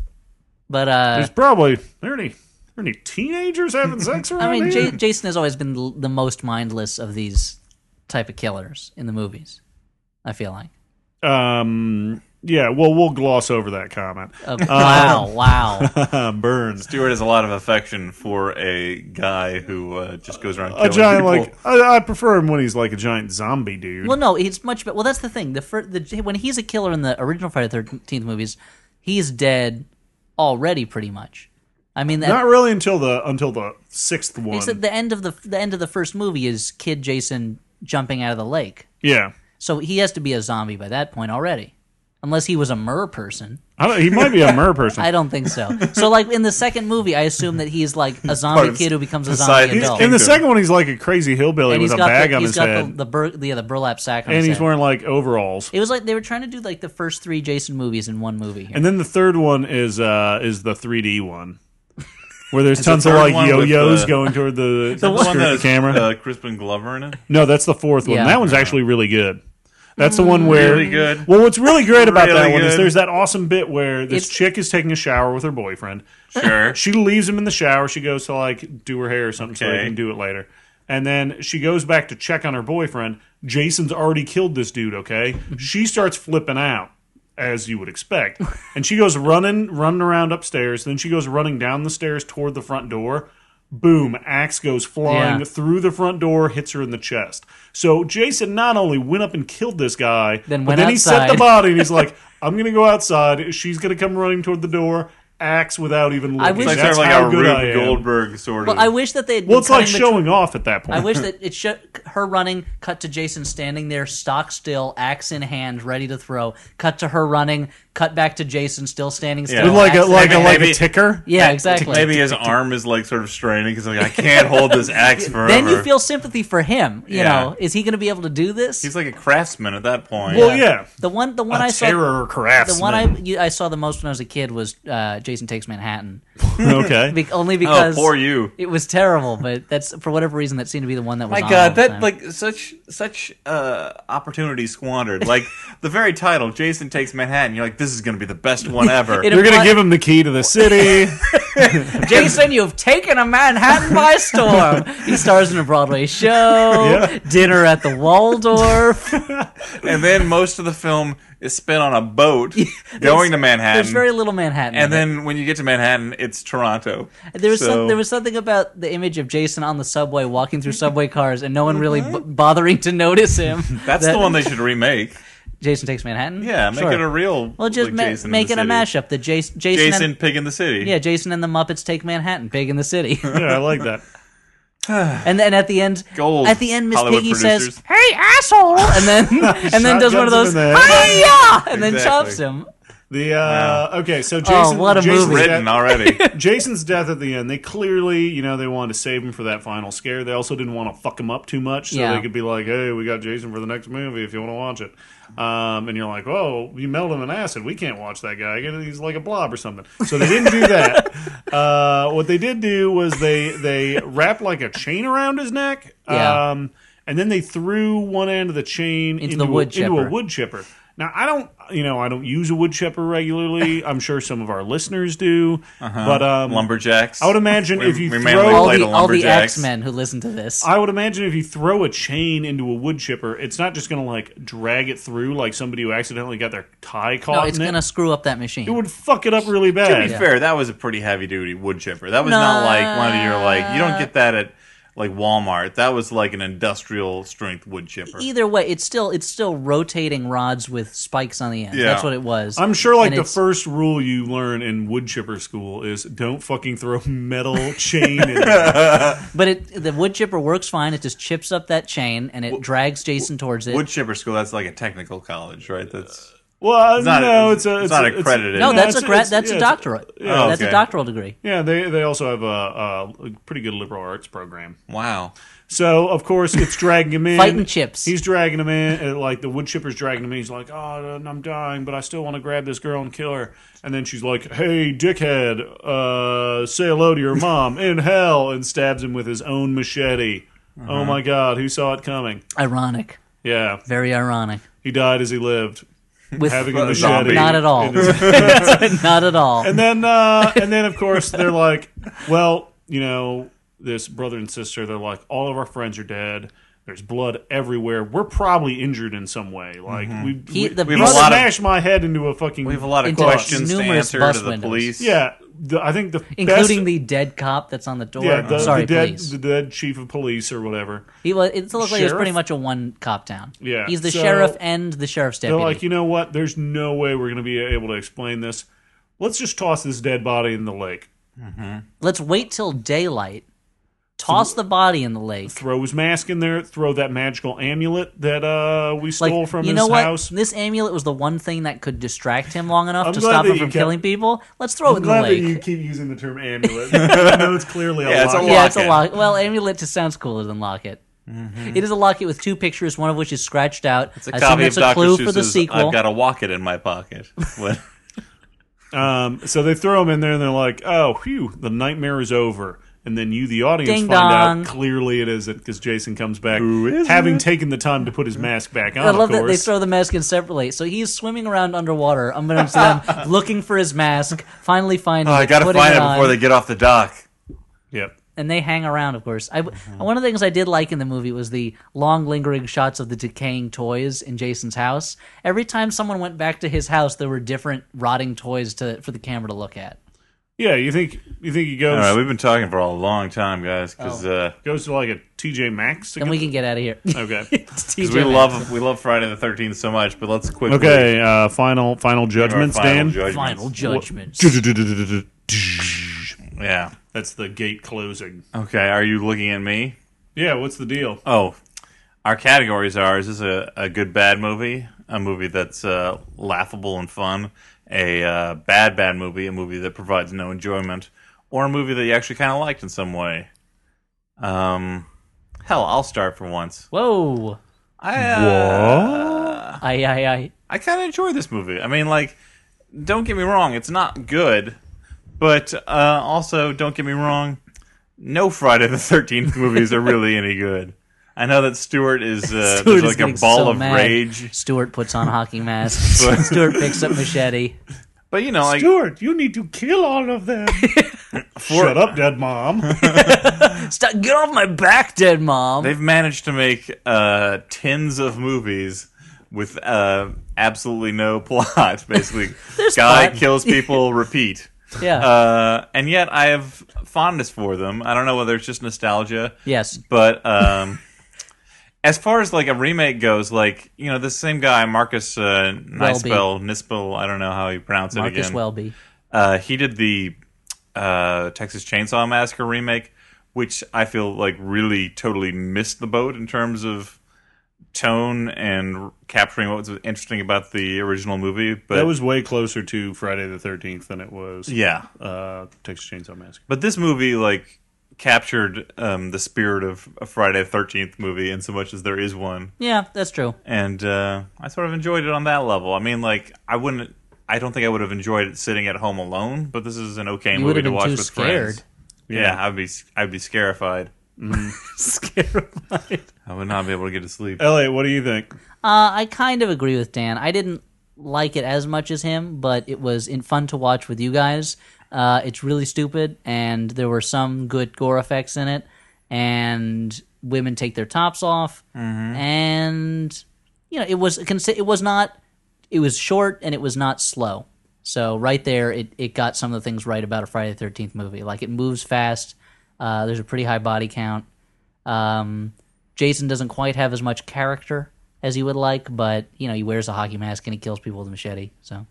[SPEAKER 3] But uh,
[SPEAKER 2] There's probably are there any are there any teenagers having sex around
[SPEAKER 3] I mean,
[SPEAKER 2] here?
[SPEAKER 3] J- Jason has always been l- the most mindless of these type of killers in the movies. I feel like.
[SPEAKER 2] um, yeah. Well, we'll gloss over that comment.
[SPEAKER 3] Oh,
[SPEAKER 1] Uh,
[SPEAKER 3] wow! Wow!
[SPEAKER 2] Burns.
[SPEAKER 1] Stewart has a lot of affection for a guy who uh, just goes around
[SPEAKER 2] A
[SPEAKER 1] killing
[SPEAKER 2] giant
[SPEAKER 1] people.
[SPEAKER 2] like I, I prefer him when he's like a giant zombie dude.
[SPEAKER 3] Well, no, it's much better. Well, that's the thing. The, fir- the when he's a killer in the original Friday the Thirteenth movies, he's dead already, pretty much. I mean, that,
[SPEAKER 2] Not really until the until the sixth one.
[SPEAKER 3] except the end of the the end of the first movie is Kid Jason jumping out of the lake,
[SPEAKER 2] yeah,
[SPEAKER 3] so he has to be a zombie by that point already, unless he was a mer person.
[SPEAKER 2] I don't, he might be a mer person.
[SPEAKER 3] I don't think so. so, like in the second movie, I assume that he's like a
[SPEAKER 1] Part
[SPEAKER 3] zombie
[SPEAKER 1] of
[SPEAKER 3] kid who becomes a
[SPEAKER 1] Poseidon's
[SPEAKER 3] zombie adult,
[SPEAKER 2] In
[SPEAKER 1] Kingdom.
[SPEAKER 2] the second one, he's like a crazy hillbilly
[SPEAKER 3] and
[SPEAKER 2] with
[SPEAKER 3] he's
[SPEAKER 2] a
[SPEAKER 3] got
[SPEAKER 2] bag
[SPEAKER 3] the,
[SPEAKER 2] on
[SPEAKER 3] he's
[SPEAKER 2] his
[SPEAKER 3] got
[SPEAKER 2] head,
[SPEAKER 3] the, the bur- yeah, the burlap sack on
[SPEAKER 2] and
[SPEAKER 3] his
[SPEAKER 2] he's
[SPEAKER 3] head.
[SPEAKER 2] wearing like overalls.
[SPEAKER 3] it was like they were trying to do like the first three Jason movies in one movie. Here.
[SPEAKER 2] And then the third one is uh is the 3D one, where there's tons of
[SPEAKER 1] third
[SPEAKER 2] like
[SPEAKER 1] one with
[SPEAKER 2] yo-yos
[SPEAKER 1] the-
[SPEAKER 2] going toward the,
[SPEAKER 1] The one
[SPEAKER 2] straight at
[SPEAKER 1] that
[SPEAKER 2] the
[SPEAKER 1] has,
[SPEAKER 2] camera.
[SPEAKER 1] uh, Crispin Glover in it.
[SPEAKER 2] no, that's the fourth one.
[SPEAKER 3] Yeah.
[SPEAKER 2] That one's actually really good. That's the one where
[SPEAKER 1] Mm, Really good.
[SPEAKER 2] Well, what's really great about
[SPEAKER 1] Really
[SPEAKER 2] that one is
[SPEAKER 1] good.
[SPEAKER 2] there's that awesome bit where this
[SPEAKER 3] It's-
[SPEAKER 2] chick is taking a shower with her boyfriend.
[SPEAKER 1] Sure.
[SPEAKER 2] She leaves him in the shower. She goes to like do her hair or something so they
[SPEAKER 1] Okay.
[SPEAKER 2] can do it later. And then she goes back to check on her boyfriend. Jason's already killed this dude, okay? She starts flipping out, as you would expect. And she goes running, running around upstairs. Then she goes running down the stairs toward the front door. Boom, axe goes flying
[SPEAKER 3] Yeah.
[SPEAKER 2] through the front door, hits her in the chest. So Jason not only went up and killed this guy,
[SPEAKER 3] Then
[SPEAKER 2] but
[SPEAKER 3] went
[SPEAKER 2] then he set the
[SPEAKER 3] outside.
[SPEAKER 2] body and he's like, I'm going to go outside. She's going to come running toward the door. acts without even looking.
[SPEAKER 3] I wish-
[SPEAKER 1] It's like
[SPEAKER 2] That's
[SPEAKER 1] sort
[SPEAKER 2] how
[SPEAKER 1] of like a
[SPEAKER 2] good I
[SPEAKER 1] Rube
[SPEAKER 2] am.
[SPEAKER 1] Goldberg sort of.
[SPEAKER 3] Well, I wish that they had.
[SPEAKER 2] Well,
[SPEAKER 3] been
[SPEAKER 2] it's like
[SPEAKER 3] cutting the
[SPEAKER 2] showing off at that
[SPEAKER 3] I
[SPEAKER 2] point.
[SPEAKER 3] wish that it show, her running cut to Jason standing there, stock still, axe in hand, ready to throw. Cut to her running, cut back to Jason still standing still.
[SPEAKER 1] With
[SPEAKER 2] like a
[SPEAKER 3] axe in
[SPEAKER 2] like a
[SPEAKER 3] hand.
[SPEAKER 2] like
[SPEAKER 1] Maybe-
[SPEAKER 2] a ticker.
[SPEAKER 3] yeah, exactly.
[SPEAKER 1] Maybe his arm is like sort of straining because like I can't hold this axe forever.
[SPEAKER 3] then you feel sympathy for him. You
[SPEAKER 1] Yeah.
[SPEAKER 3] know, is he going to be able to do this?
[SPEAKER 1] he's like a craftsman at that point.
[SPEAKER 2] Well, yeah.
[SPEAKER 3] the one, the one I
[SPEAKER 2] A
[SPEAKER 3] saw,
[SPEAKER 2] terror
[SPEAKER 3] the
[SPEAKER 2] craftsman.
[SPEAKER 3] one I you, I saw the most when I was a kid was uh, Jason Takes Manhattan.
[SPEAKER 2] okay.
[SPEAKER 3] Be- only
[SPEAKER 1] oh,
[SPEAKER 3] because
[SPEAKER 1] poor you.
[SPEAKER 3] it was terrible, but that's for whatever reason that seemed to be the one that was.
[SPEAKER 1] My
[SPEAKER 3] on all
[SPEAKER 1] God,
[SPEAKER 3] the
[SPEAKER 1] that
[SPEAKER 3] time.
[SPEAKER 1] like such such uh, opportunity squandered. Like the very title, Jason takes Manhattan. You're like, this is going to be the best one ever.
[SPEAKER 3] It
[SPEAKER 2] You're gonna
[SPEAKER 3] impli-
[SPEAKER 2] give him the key to the city.
[SPEAKER 3] Jason, you've taken a Manhattan by storm. He stars in a Broadway show,
[SPEAKER 2] Yeah.
[SPEAKER 3] dinner at the Waldorf.
[SPEAKER 1] and then most of the film is spent on a boat going to Manhattan.
[SPEAKER 3] There's very little Manhattan.
[SPEAKER 1] and
[SPEAKER 3] in it.
[SPEAKER 1] then when you get to Manhattan, it's Toronto.
[SPEAKER 3] there was
[SPEAKER 1] So-
[SPEAKER 3] some, there was something about the image of Jason on the subway walking through subway cars and no one really b- bothering to notice him.
[SPEAKER 1] that's
[SPEAKER 3] That-
[SPEAKER 1] the one they should remake.
[SPEAKER 3] Jason takes Manhattan.
[SPEAKER 1] Yeah, make
[SPEAKER 3] Sure.
[SPEAKER 1] it a real.
[SPEAKER 3] Well, just
[SPEAKER 1] like,
[SPEAKER 3] ma-
[SPEAKER 1] Jason in
[SPEAKER 3] make
[SPEAKER 1] the
[SPEAKER 3] it a
[SPEAKER 1] City.
[SPEAKER 3] mashup. The Jason, Jason,
[SPEAKER 1] Jason
[SPEAKER 3] And,
[SPEAKER 1] Pig in the City.
[SPEAKER 3] yeah, Jason and the Muppets take Manhattan, big in the city.
[SPEAKER 2] yeah, I like that.
[SPEAKER 3] And then at the end,
[SPEAKER 1] Gold,
[SPEAKER 3] at the end, Miss
[SPEAKER 1] Hollywood
[SPEAKER 3] Piggy
[SPEAKER 1] producers.
[SPEAKER 3] says, "Hey, asshole!" and then and then does one of
[SPEAKER 2] Shotguns
[SPEAKER 3] those,
[SPEAKER 2] him in the head.
[SPEAKER 3] "Hiya!" and then
[SPEAKER 1] Exactly.
[SPEAKER 3] chops him.
[SPEAKER 2] The uh, okay, so Jason,
[SPEAKER 3] Oh, what a
[SPEAKER 2] Jason's
[SPEAKER 3] movie.
[SPEAKER 1] written
[SPEAKER 2] death,
[SPEAKER 1] already.
[SPEAKER 2] Jason's death at the end. They clearly, you know, they wanted to save him for that final scare. They also didn't want to fuck him up too much, so
[SPEAKER 3] Yeah.
[SPEAKER 2] they could be like, "Hey, we got Jason for the next movie if you want to watch it." Um, and you're like, "Oh, you melt him in acid. We can't watch that guy again. He's like a blob or something." So they didn't do that. uh, what they did do was they they wrapped like a chain around his neck.
[SPEAKER 3] Yeah.
[SPEAKER 2] Um, and then they threw one end of the chain
[SPEAKER 3] Into the wood
[SPEAKER 2] a, into a
[SPEAKER 3] chipper.
[SPEAKER 2] wood chipper. Now I don't, you know, I don't use a wood chipper regularly. I'm sure some of our listeners do,
[SPEAKER 1] Uh-huh.
[SPEAKER 2] but um,
[SPEAKER 1] Lumberjacks.
[SPEAKER 2] I would imagine
[SPEAKER 1] We-
[SPEAKER 2] if you
[SPEAKER 1] we mainly
[SPEAKER 2] throw-
[SPEAKER 3] All
[SPEAKER 1] play
[SPEAKER 3] the all the
[SPEAKER 1] lumberjacks.
[SPEAKER 3] X Men who listen to this.
[SPEAKER 2] I would imagine if you throw a chain into a wood chipper, it's not just going to like drag it through like somebody who accidentally got their tie caught
[SPEAKER 3] no, it's
[SPEAKER 2] in it.
[SPEAKER 3] gonna screw up that machine.
[SPEAKER 2] It would fuck it up really
[SPEAKER 1] To
[SPEAKER 2] bad.
[SPEAKER 1] be fair, that was a pretty heavy duty wood chipper. That was not like one of your like you don't get that at like Walmart. That was like an industrial strength wood chipper.
[SPEAKER 3] Either way, it's still it's still rotating rods with spikes on the end.
[SPEAKER 1] Yeah.
[SPEAKER 3] That's what it was.
[SPEAKER 2] I'm sure like
[SPEAKER 3] And
[SPEAKER 2] the
[SPEAKER 3] it's-
[SPEAKER 2] first rule you learn in wood chipper school is don't fucking throw metal chain in there.
[SPEAKER 3] But it the wood chipper works fine. It just chips up that chain and it drags Jason towards it.
[SPEAKER 1] Wood chipper school. That's like a technical college, right? That's
[SPEAKER 2] Well,
[SPEAKER 1] not-
[SPEAKER 2] no,
[SPEAKER 1] it's-
[SPEAKER 2] it's, a,
[SPEAKER 1] it's not accredited.
[SPEAKER 3] no,
[SPEAKER 1] Yeah,
[SPEAKER 3] that's
[SPEAKER 2] it's-
[SPEAKER 3] a gra-
[SPEAKER 2] it's-
[SPEAKER 3] that's
[SPEAKER 2] yeah,
[SPEAKER 3] a
[SPEAKER 2] it's-
[SPEAKER 3] doctoral.
[SPEAKER 1] yeah.
[SPEAKER 3] that's
[SPEAKER 1] Okay.
[SPEAKER 3] a doctoral degree.
[SPEAKER 2] Yeah, they they also have a, a pretty good liberal arts program.
[SPEAKER 1] wow.
[SPEAKER 2] So of course it's dragging him in.
[SPEAKER 3] Fighting chips.
[SPEAKER 2] He's dragging him in, and, like the wood chipper's dragging him in. He's like, "Oh, I'm dying, but I still want to grab this girl and kill her." And then she's like, "Hey, dickhead, uh, say hello to your mom in hell," and stabs him with his own machete. Oh my God, who saw it coming?
[SPEAKER 3] Ironic,
[SPEAKER 2] Yeah,
[SPEAKER 3] very ironic.
[SPEAKER 2] he died as he lived,
[SPEAKER 3] With
[SPEAKER 2] having a
[SPEAKER 1] A
[SPEAKER 2] machete.
[SPEAKER 1] zombie.
[SPEAKER 3] not at all,
[SPEAKER 2] In his
[SPEAKER 3] not at all.
[SPEAKER 2] and then uh, and then of course they're like, well, you know, this brother and sister, they're like, all of our friends are dead. There's blood everywhere. We're probably injured in some way. Like
[SPEAKER 1] Mm-hmm.
[SPEAKER 2] we,
[SPEAKER 3] He-
[SPEAKER 2] we,
[SPEAKER 3] the
[SPEAKER 2] we
[SPEAKER 3] We have a
[SPEAKER 1] lot of-
[SPEAKER 2] smashed my head into a fucking.
[SPEAKER 1] We have a lot of
[SPEAKER 3] Into
[SPEAKER 1] questions to
[SPEAKER 3] numerous
[SPEAKER 1] answer
[SPEAKER 3] bus
[SPEAKER 1] to the
[SPEAKER 3] windows.
[SPEAKER 1] police.
[SPEAKER 2] yeah, the, I think the
[SPEAKER 3] including
[SPEAKER 2] best,
[SPEAKER 3] the dead cop that's on the door.
[SPEAKER 2] yeah the,
[SPEAKER 3] Sorry,
[SPEAKER 2] the dead
[SPEAKER 3] please.
[SPEAKER 2] the dead chief of police or whatever.
[SPEAKER 3] he was. It looked like it was pretty
[SPEAKER 2] Sheriff?
[SPEAKER 3] much a one cop town.
[SPEAKER 2] Yeah,
[SPEAKER 3] he's the
[SPEAKER 2] so-
[SPEAKER 3] sheriff and the sheriff's
[SPEAKER 2] They're
[SPEAKER 3] deputy.
[SPEAKER 2] like, you know what? There's no way we're going to be able to explain this. Let's just toss this dead body in the lake.
[SPEAKER 3] Let's wait till daylight. Toss the body in the lake.
[SPEAKER 2] Throw his mask in there. Throw that magical amulet that uh, we
[SPEAKER 3] Like
[SPEAKER 2] stole from
[SPEAKER 3] you
[SPEAKER 2] his
[SPEAKER 3] know what?
[SPEAKER 2] house.
[SPEAKER 3] This amulet was the one thing that could distract him long enough
[SPEAKER 2] I'm
[SPEAKER 3] to
[SPEAKER 2] glad
[SPEAKER 3] stop
[SPEAKER 2] that
[SPEAKER 3] him
[SPEAKER 2] you
[SPEAKER 3] from
[SPEAKER 2] kept-
[SPEAKER 3] killing people. Let's throw it in
[SPEAKER 2] I'm
[SPEAKER 3] the
[SPEAKER 2] glad that
[SPEAKER 3] lake.
[SPEAKER 2] you keep using the term amulet. I know it's clearly a
[SPEAKER 1] Yeah, it's
[SPEAKER 2] lot.
[SPEAKER 1] a
[SPEAKER 3] yeah, it's a
[SPEAKER 1] locket.
[SPEAKER 3] locket. Well, amulet just sounds cooler than locket. It is a locket with two pictures, one of which is scratched out.
[SPEAKER 1] Mm-hmm. It's a
[SPEAKER 3] I assume
[SPEAKER 1] copy of
[SPEAKER 3] that's a
[SPEAKER 1] Dr.
[SPEAKER 3] clue for the
[SPEAKER 1] Seuss's
[SPEAKER 3] sequel.
[SPEAKER 1] I've got a locket in my pocket. What-
[SPEAKER 2] Um, so they throw him in there, and they're like, "Oh, whew, the nightmare is over." And then you, the audience,
[SPEAKER 3] Ding
[SPEAKER 2] find
[SPEAKER 3] dong.
[SPEAKER 2] out clearly it isn't because Jason comes back,
[SPEAKER 1] is
[SPEAKER 2] having taken the time to put his mask back on.
[SPEAKER 3] I love
[SPEAKER 2] of
[SPEAKER 3] that they
[SPEAKER 2] course.
[SPEAKER 3] throw the mask in separately. So he's swimming around underwater, unbeknownst to them, um, looking for his mask, finally finding
[SPEAKER 1] oh, I
[SPEAKER 3] it,
[SPEAKER 1] gotta
[SPEAKER 3] putting
[SPEAKER 1] find it
[SPEAKER 3] on,
[SPEAKER 1] before they get off the dock.
[SPEAKER 2] Yep.
[SPEAKER 3] And they hang around, of course. I,
[SPEAKER 1] Mm-hmm.
[SPEAKER 3] One of the things I did like in the movie was the long, lingering shots of the decaying toys in Jason's house. Every time someone went back to his house, there were different rotting toys to, for the camera to look at.
[SPEAKER 2] Yeah, you think you think he goes
[SPEAKER 1] All right, we've been talking for a long time, guys, uh, because
[SPEAKER 3] Oh.
[SPEAKER 2] goes to like a TJ Maxx?
[SPEAKER 3] Then
[SPEAKER 2] Again?
[SPEAKER 3] we can get out of here.
[SPEAKER 2] okay.
[SPEAKER 3] TJ
[SPEAKER 1] we
[SPEAKER 3] Maxx.
[SPEAKER 1] love we love Friday the Thirteenth so much. But let's quickly
[SPEAKER 2] Okay, uh, final final
[SPEAKER 1] give our
[SPEAKER 2] judgments,
[SPEAKER 1] final
[SPEAKER 2] Dan.
[SPEAKER 1] judgments.
[SPEAKER 3] final judgments.
[SPEAKER 1] Yeah.
[SPEAKER 2] That's the gate closing.
[SPEAKER 1] Okay. Are you looking at me?
[SPEAKER 2] Yeah, what's the deal?
[SPEAKER 1] Oh, our categories are: is this a, a good bad movie, a movie that's uh, laughable and fun, a uh, bad bad movie, a movie that provides no enjoyment, or a movie that you actually kind of liked in some way? Um, hell, I'll start for once.
[SPEAKER 3] Whoa!
[SPEAKER 1] I uh,
[SPEAKER 3] I, I, I.
[SPEAKER 1] I kind of enjoy this movie. I mean, like, don't get me wrong, it's not good, but uh, also don't get me wrong, no Friday the Thirteenth movies are really any good. I know that Stuart is uh,
[SPEAKER 3] Stuart
[SPEAKER 1] there's
[SPEAKER 3] is
[SPEAKER 1] like
[SPEAKER 3] getting
[SPEAKER 1] a ball
[SPEAKER 3] so
[SPEAKER 1] of
[SPEAKER 3] mad.
[SPEAKER 1] rage,
[SPEAKER 3] Stuart puts on a hockey mask. Stuart picks up machete.
[SPEAKER 1] but you know, like
[SPEAKER 2] Stuart, you need to kill all of them. Shut up, dead mom.
[SPEAKER 3] Stop! Get off my back, dead mom.
[SPEAKER 1] they've managed to make uh, tens of movies with uh, absolutely no plot. Basically, guy
[SPEAKER 3] plot.
[SPEAKER 1] kills people, repeat.
[SPEAKER 3] yeah.
[SPEAKER 1] Uh, and yet, I have fondness for them. I don't know whether it's just nostalgia.
[SPEAKER 3] yes.
[SPEAKER 1] But um, as far as like a remake goes, like you know, the same guy Marcus uh, Nispel, Nispel, I don't know how you pronounce it
[SPEAKER 3] Marcus
[SPEAKER 1] again.
[SPEAKER 3] Welby.
[SPEAKER 1] Uh, he did the uh, Texas Chainsaw Massacre remake, which I feel like really totally missed the boat in terms of tone and capturing what was interesting about the original movie. But
[SPEAKER 2] that was way closer to Friday the 13th than it was
[SPEAKER 1] yeah,
[SPEAKER 2] uh, Texas Chainsaw Massacre.
[SPEAKER 1] But this movie, like, captured um, the spirit of a Friday the 13th movie in so much as there is one.
[SPEAKER 3] Yeah, that's true.
[SPEAKER 1] And uh, I sort of enjoyed it on that level. I mean, like, I wouldn't, I don't think I would have enjoyed it sitting at home alone, but this is an okay
[SPEAKER 3] You would
[SPEAKER 1] movie
[SPEAKER 3] have
[SPEAKER 1] to
[SPEAKER 3] been
[SPEAKER 1] watch
[SPEAKER 3] too
[SPEAKER 1] with
[SPEAKER 3] scared.
[SPEAKER 1] friends. Yeah, I'd be, I'd be scarified.
[SPEAKER 3] Scarified.
[SPEAKER 1] I would not be able to get to sleep.
[SPEAKER 2] Elliot, what do you think?
[SPEAKER 3] Uh, I kind of agree with Dan. I didn't like it as much as him, but it was in fun to watch with you guys. Uh, it's really stupid, and there were some good gore effects in it, and women take their tops off, and you know it was consi- it was not it was short and it was not slow. So right there, it it got some of the things right about a Friday the Thirteenth movie. Like it moves fast. Uh, there's a pretty high body count. Um, Jason doesn't quite have as much character as he would like, but you know he wears a hockey mask and he kills people with a machete. So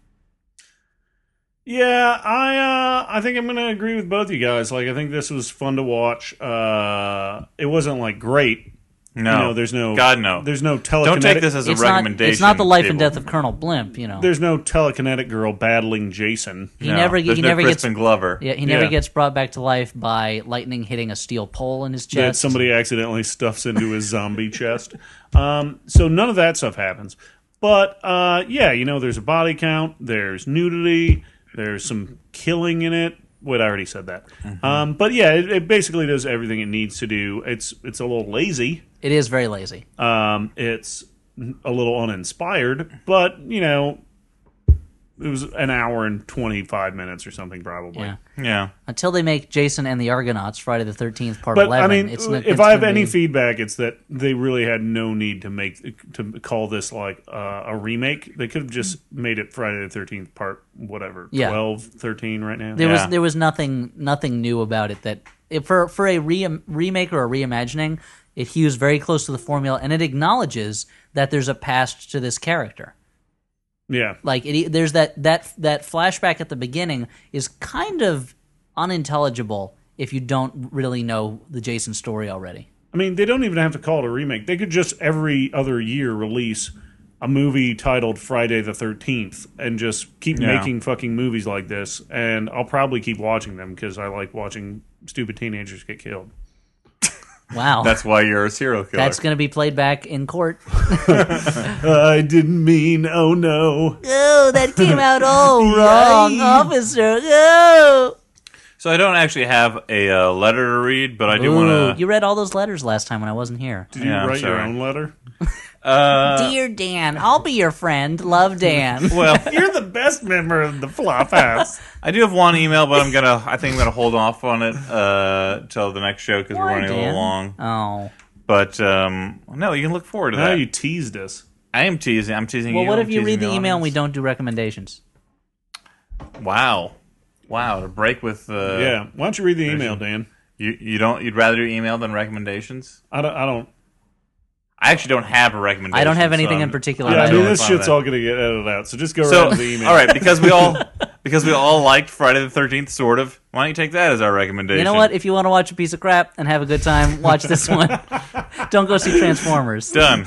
[SPEAKER 2] Yeah, I uh, I think I'm gonna agree with both you guys. Like, I think this was fun to watch. Uh, it wasn't like great.
[SPEAKER 1] No,
[SPEAKER 2] You know, there's no
[SPEAKER 1] God, no.
[SPEAKER 2] There's no telekinetic.
[SPEAKER 1] don't take this as a
[SPEAKER 3] it's not
[SPEAKER 1] recommendation.
[SPEAKER 3] it's not the life and
[SPEAKER 1] people.
[SPEAKER 3] death of Colonel Blimp. You know
[SPEAKER 2] there's no telekinetic girl battling Jason.
[SPEAKER 3] he
[SPEAKER 1] No,
[SPEAKER 3] never he
[SPEAKER 1] there's no
[SPEAKER 3] never
[SPEAKER 1] Crispin
[SPEAKER 3] gets
[SPEAKER 1] Glover.
[SPEAKER 3] yeah he never
[SPEAKER 2] Yeah.
[SPEAKER 3] gets brought back to life by lightning hitting a steel pole in his
[SPEAKER 2] that
[SPEAKER 3] chest.
[SPEAKER 2] somebody accidentally stuffs into his zombie chest. Um, so none of that stuff happens. But uh, yeah, you know, there's a body count, there's nudity, there's some killing in it. Wait, I already said that. Um, but yeah, it, it basically does everything it needs to do. It's it's a little lazy.
[SPEAKER 3] It is very lazy.
[SPEAKER 2] Um, it's a little uninspired, but you know, it was an hour and twenty five minutes or something probably.
[SPEAKER 3] yeah.
[SPEAKER 1] Yeah.
[SPEAKER 3] Until they make Jason and the Argonauts Friday the Thirteenth Part
[SPEAKER 2] But
[SPEAKER 3] Eleven,
[SPEAKER 2] I mean,
[SPEAKER 3] it's,
[SPEAKER 2] if
[SPEAKER 3] n- it's
[SPEAKER 2] I have
[SPEAKER 3] gonna
[SPEAKER 2] any
[SPEAKER 3] be-
[SPEAKER 2] feedback, it's that they really had no need to make to call this like uh, a remake. They could have just made it Friday the Thirteenth Part whatever
[SPEAKER 3] Yeah.
[SPEAKER 2] twelve, thirteen 12, 13 right now.
[SPEAKER 3] there
[SPEAKER 1] Yeah.
[SPEAKER 3] was there was nothing nothing new about it that if for for a re- remake or a reimagining it hews very close to the formula and it acknowledges that there's a past to this character
[SPEAKER 2] yeah,
[SPEAKER 3] like it, there's that that that flashback at the beginning is kind of unintelligible if you don't really know the jason story already
[SPEAKER 2] I mean, they don't even have to call it a remake. They could just every other year release a movie titled Friday the Thirteenth and just keep
[SPEAKER 1] Yeah.
[SPEAKER 2] making fucking movies like this. And I'll probably keep watching them because I like watching stupid teenagers get killed.
[SPEAKER 3] wow
[SPEAKER 1] That's why you're a serial killer.
[SPEAKER 3] that's going to be played back in court
[SPEAKER 2] I didn't mean. Oh no.
[SPEAKER 3] oh that came out all wrong officer oh
[SPEAKER 1] so I don't actually have a uh, letter to read, but I do
[SPEAKER 3] Ooh,
[SPEAKER 1] want to.
[SPEAKER 3] you read all those letters last time when i wasn't here
[SPEAKER 2] Did you
[SPEAKER 1] Yeah, I'm
[SPEAKER 2] write your
[SPEAKER 1] sorry.
[SPEAKER 2] own letter?
[SPEAKER 3] Dear Dan, I'll be your friend. Love Dan.
[SPEAKER 1] Well,
[SPEAKER 2] Uh, You're the best member of the Flophouse.
[SPEAKER 1] I do have one email, but I'm gonna. I think I'm gonna hold off on it uh, till the next show because we're
[SPEAKER 3] Why,
[SPEAKER 1] running a
[SPEAKER 3] Dan?
[SPEAKER 1] little long.
[SPEAKER 3] Oh.
[SPEAKER 1] But um, no, you can look forward to
[SPEAKER 2] now
[SPEAKER 1] that.
[SPEAKER 2] you teased us.
[SPEAKER 1] I am teasing. I'm teasing
[SPEAKER 3] Well,
[SPEAKER 1] you.
[SPEAKER 3] what
[SPEAKER 1] I'm
[SPEAKER 3] if you
[SPEAKER 1] teasing
[SPEAKER 3] read the email and we
[SPEAKER 1] audience.
[SPEAKER 3] don't do recommendations?
[SPEAKER 1] Wow. Wow, to break with uh,
[SPEAKER 2] yeah. Why don't you read the email, Dan?
[SPEAKER 1] You you don't you'd rather do email than recommendations?
[SPEAKER 2] I don't. I don't.
[SPEAKER 1] I actually don't have a recommendation.
[SPEAKER 3] I don't have anything
[SPEAKER 1] so
[SPEAKER 3] in
[SPEAKER 1] I'm-
[SPEAKER 3] particular.
[SPEAKER 2] um, Yeah, I
[SPEAKER 3] that
[SPEAKER 2] mean
[SPEAKER 1] don't
[SPEAKER 2] this
[SPEAKER 1] follow
[SPEAKER 2] shit's
[SPEAKER 1] that.
[SPEAKER 2] all gonna get edited out. So just go
[SPEAKER 1] So
[SPEAKER 2] right to the email.
[SPEAKER 1] all right, because we all because we all liked Friday the Thirteenth, sort of. Why don't you take that as our recommendation?
[SPEAKER 3] You know what? If you want to watch a piece of crap and have a good time, watch this one. Don't go see Transformers.
[SPEAKER 1] Done.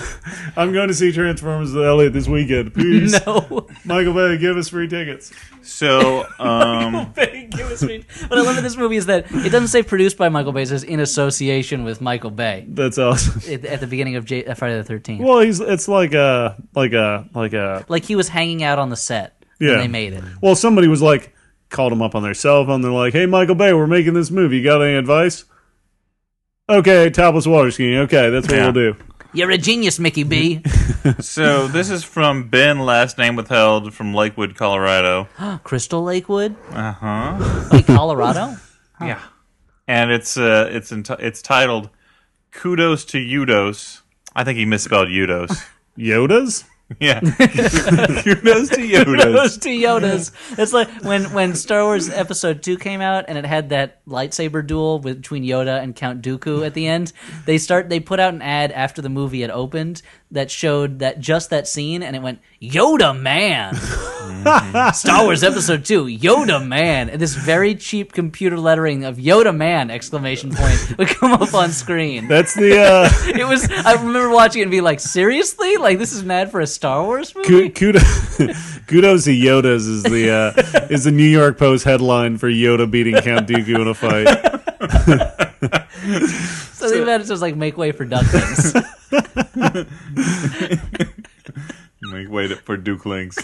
[SPEAKER 2] I'm going to see Transformers with Elliot this weekend. Please,
[SPEAKER 3] No.
[SPEAKER 2] Michael Bay, give us free tickets.
[SPEAKER 1] So um,
[SPEAKER 3] What I love in this movie is that it doesn't say produced by Michael Bay. It says in association with Michael Bay
[SPEAKER 2] That's awesome.
[SPEAKER 3] at, at the beginning of J- uh, Friday the Thirteenth.
[SPEAKER 2] Well, he's it's like a like a like a
[SPEAKER 3] Like he was hanging out on the set
[SPEAKER 2] Yeah.
[SPEAKER 3] when they made it.
[SPEAKER 2] well. Somebody was like called him up on their cell phone. They're like, "Hey, Michael Bay, we're making this movie. You got any advice?" Okay, topless water skiing. Okay, that's what
[SPEAKER 1] Yeah.
[SPEAKER 2] we'll do.
[SPEAKER 3] You're a genius, Mickey B.
[SPEAKER 1] so this is from Ben, last name withheld from Lakewood, Colorado.
[SPEAKER 3] Crystal Lakewood,
[SPEAKER 1] Uh huh.
[SPEAKER 3] Wait, Colorado.
[SPEAKER 1] Yeah. And it's uh it's enti- it's titled "Kudos to Udos." I think he misspelled Udos.
[SPEAKER 2] Yodas.
[SPEAKER 1] Yeah. Kudos to Udos.
[SPEAKER 3] Those two Yodas. It's like when when Star Wars Episode Two came out and it had that lightsaber duel with- between Yoda and Count Dooku at the end. They start they put out an ad after the movie had opened that showed that just that scene and it went Yoda Man. Star Wars Episode Two Yoda Man and this very cheap computer lettering of Yoda Man exclamation point would come up on screen.
[SPEAKER 2] That's the uh,
[SPEAKER 3] It was I remember watching it and being like seriously like this is mad for a Star Wars
[SPEAKER 2] Ku-
[SPEAKER 3] movie.
[SPEAKER 2] kudos, kudos to Yodas is the uh, is the New York Post headline for Yoda beating Count Dooku in a fight.
[SPEAKER 3] So the event just like make way for ducklings.
[SPEAKER 1] Make way to- for Dukelings.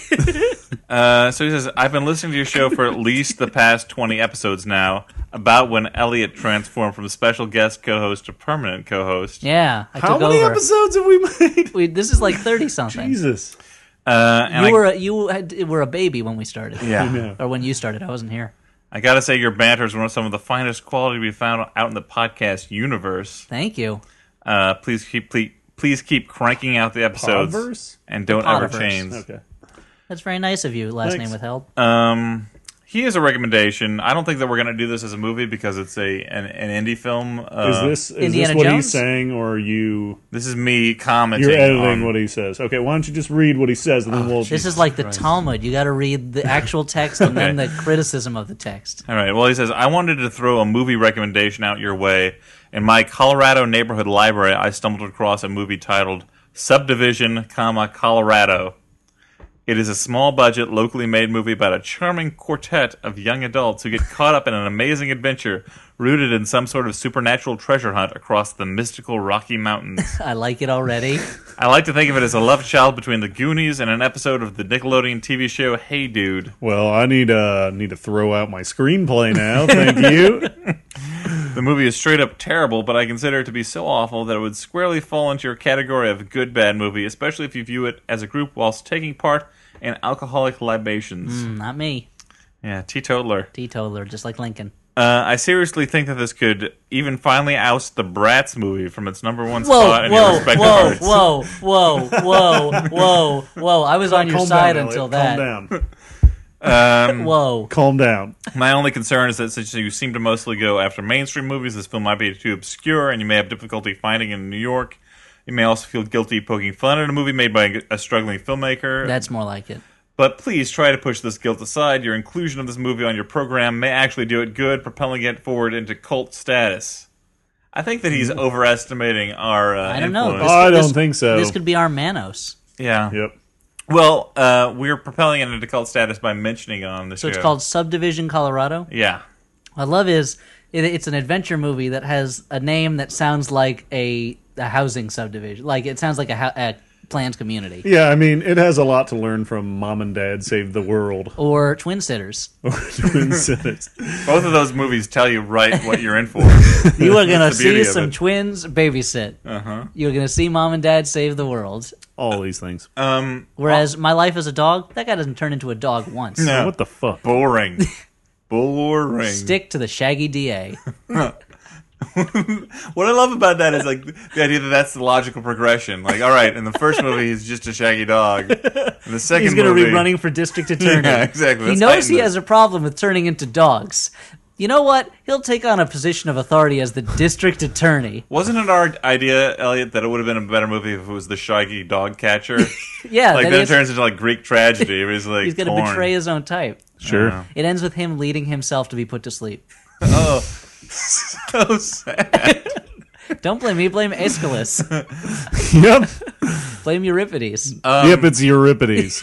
[SPEAKER 1] uh, so he says, I've been listening to your show for at least the past 20 episodes now, about when Elliot transformed from special guest co host to permanent co host.
[SPEAKER 3] yeah, I
[SPEAKER 2] How
[SPEAKER 3] took
[SPEAKER 2] many
[SPEAKER 3] over.
[SPEAKER 2] episodes have we made?
[SPEAKER 3] We, this is like thirty something.
[SPEAKER 2] Jesus,
[SPEAKER 1] Uh, and
[SPEAKER 3] You
[SPEAKER 1] I,
[SPEAKER 3] were a, you had, were a baby when we started,
[SPEAKER 1] yeah.
[SPEAKER 3] or when you started. I wasn't here.
[SPEAKER 1] I got to say, your banter is one of some of the finest quality we found out in the podcast universe.
[SPEAKER 3] Thank you.
[SPEAKER 1] Uh, please keep please, please keep cranking out the episodes
[SPEAKER 2] Podverse?
[SPEAKER 1] and don't ever
[SPEAKER 3] Podiverse.
[SPEAKER 1] change.
[SPEAKER 2] Okay.
[SPEAKER 3] That's very nice of you. Last
[SPEAKER 2] Thanks.
[SPEAKER 3] name withheld.
[SPEAKER 1] Um, he is a recommendation. I don't think that we're going to do this as a movie because it's a an, an indie film. Uh,
[SPEAKER 2] Is this is
[SPEAKER 3] Indiana
[SPEAKER 2] this what
[SPEAKER 3] Jones?
[SPEAKER 2] he's saying, or are you
[SPEAKER 1] This is me commenting.
[SPEAKER 2] you're editing
[SPEAKER 1] on-
[SPEAKER 2] what he says? Okay, why don't you just read what he says and then we'll.
[SPEAKER 3] Oh, This is like the Talmud. You got to read the actual text and then the criticism of the text.
[SPEAKER 1] All right. Well, he says I wanted to throw a movie recommendation out your way. In my Colorado neighborhood library, I stumbled across a movie titled Subdivision, comma Colorado. It is a small budget, locally made movie about a charming quartet of young adults who get caught up in an amazing adventure rooted in some sort of supernatural treasure hunt across the mystical Rocky Mountains.
[SPEAKER 3] I like it already.
[SPEAKER 1] I like to think of it as a love child between the Goonies and an episode of the Nickelodeon TV show Hey Dude.
[SPEAKER 2] well, I need uh need to throw out my screenplay now. Thank you.
[SPEAKER 1] The movie is straight up terrible, but I consider it to be so awful that it would squarely fall into your category of good bad movie, especially if you view it as a group whilst taking part in alcoholic libations.
[SPEAKER 3] Hmm, Not me,
[SPEAKER 1] Yeah, teetotaler.
[SPEAKER 3] teetotaler, just like Lincoln.
[SPEAKER 1] Uh, I seriously think that this could even finally oust the Bratz movie from its number one
[SPEAKER 3] Whoa,
[SPEAKER 1] spot in your
[SPEAKER 3] whoa,
[SPEAKER 1] respective
[SPEAKER 3] whoa,
[SPEAKER 1] hearts.
[SPEAKER 3] whoa, whoa, whoa, whoa, whoa! I was on your
[SPEAKER 2] Calm
[SPEAKER 3] side
[SPEAKER 2] down, Elliot.
[SPEAKER 3] until that.
[SPEAKER 2] Calm down.
[SPEAKER 3] Whoa.
[SPEAKER 2] Calm down.
[SPEAKER 1] My only concern is that since you seem to mostly go after mainstream movies, this film might be too obscure and you may have difficulty finding it in New York. You may also feel guilty poking fun at a movie made by a struggling filmmaker.
[SPEAKER 3] That's more like it.
[SPEAKER 1] But please try to push this guilt aside. Your inclusion of this movie on your program may actually do it good, propelling it forward into cult status. I think that he's overestimating our. Uh,
[SPEAKER 3] Hmm. I don't know.
[SPEAKER 1] influence.
[SPEAKER 2] I don't think so.
[SPEAKER 3] This could be our Manos.
[SPEAKER 1] yeah.
[SPEAKER 2] Yep.
[SPEAKER 1] Well, uh, we're propelling it into cult status by mentioning it on the
[SPEAKER 3] So
[SPEAKER 1] show.
[SPEAKER 3] it's called Subdivision Colorado.
[SPEAKER 1] Yeah.
[SPEAKER 3] What I love is it, it's an adventure movie that has a name that sounds like a, a housing subdivision. Like it sounds like a, hou- a planned community
[SPEAKER 2] Yeah, I mean, it has a lot to learn from Mom and Dad Save the World
[SPEAKER 3] or Twin Sitters.
[SPEAKER 2] or Twin Sinners.
[SPEAKER 1] Both of those movies tell you right what you're in for.
[SPEAKER 3] You are gonna
[SPEAKER 1] That's the beauty
[SPEAKER 3] see
[SPEAKER 1] of
[SPEAKER 3] some
[SPEAKER 1] it.
[SPEAKER 3] twins babysit. Uh-huh. You're gonna see mom and dad save the world.
[SPEAKER 2] All these things.
[SPEAKER 1] Um,
[SPEAKER 3] Whereas my life as a dog, that guy doesn't turn into a dog once.
[SPEAKER 1] No.
[SPEAKER 2] What the fuck?
[SPEAKER 1] boring. boring.
[SPEAKER 3] Stick to the Shaggy DA.
[SPEAKER 1] What I love about that is like the idea that that's the logical progression. Like, all right, in the first movie he's just a shaggy dog. In the second
[SPEAKER 3] He's going to
[SPEAKER 1] movie,
[SPEAKER 3] be running for district attorney.
[SPEAKER 1] Yeah, exactly.
[SPEAKER 3] He
[SPEAKER 1] Let's
[SPEAKER 3] knows he
[SPEAKER 1] heighten
[SPEAKER 3] has a problem with turning into dogs. You know what? He'll take on a position of authority as the district attorney.
[SPEAKER 1] Wasn't it our idea, Elliot, that it would have been a better movie if it was the shaggy dog catcher?
[SPEAKER 3] Yeah,
[SPEAKER 1] like
[SPEAKER 3] that
[SPEAKER 1] then it
[SPEAKER 3] is-
[SPEAKER 1] turns into like Greek tragedy. Where he's like
[SPEAKER 3] he's going to
[SPEAKER 1] torn.
[SPEAKER 3] betray his own type.
[SPEAKER 2] Sure.
[SPEAKER 3] It ends with him leading himself to be put to sleep.
[SPEAKER 1] Oh, so sad.
[SPEAKER 3] Don't blame me, blame Aeschylus.
[SPEAKER 2] Yep.
[SPEAKER 3] blame Euripides.
[SPEAKER 1] Uh,
[SPEAKER 2] yep. It's Euripides.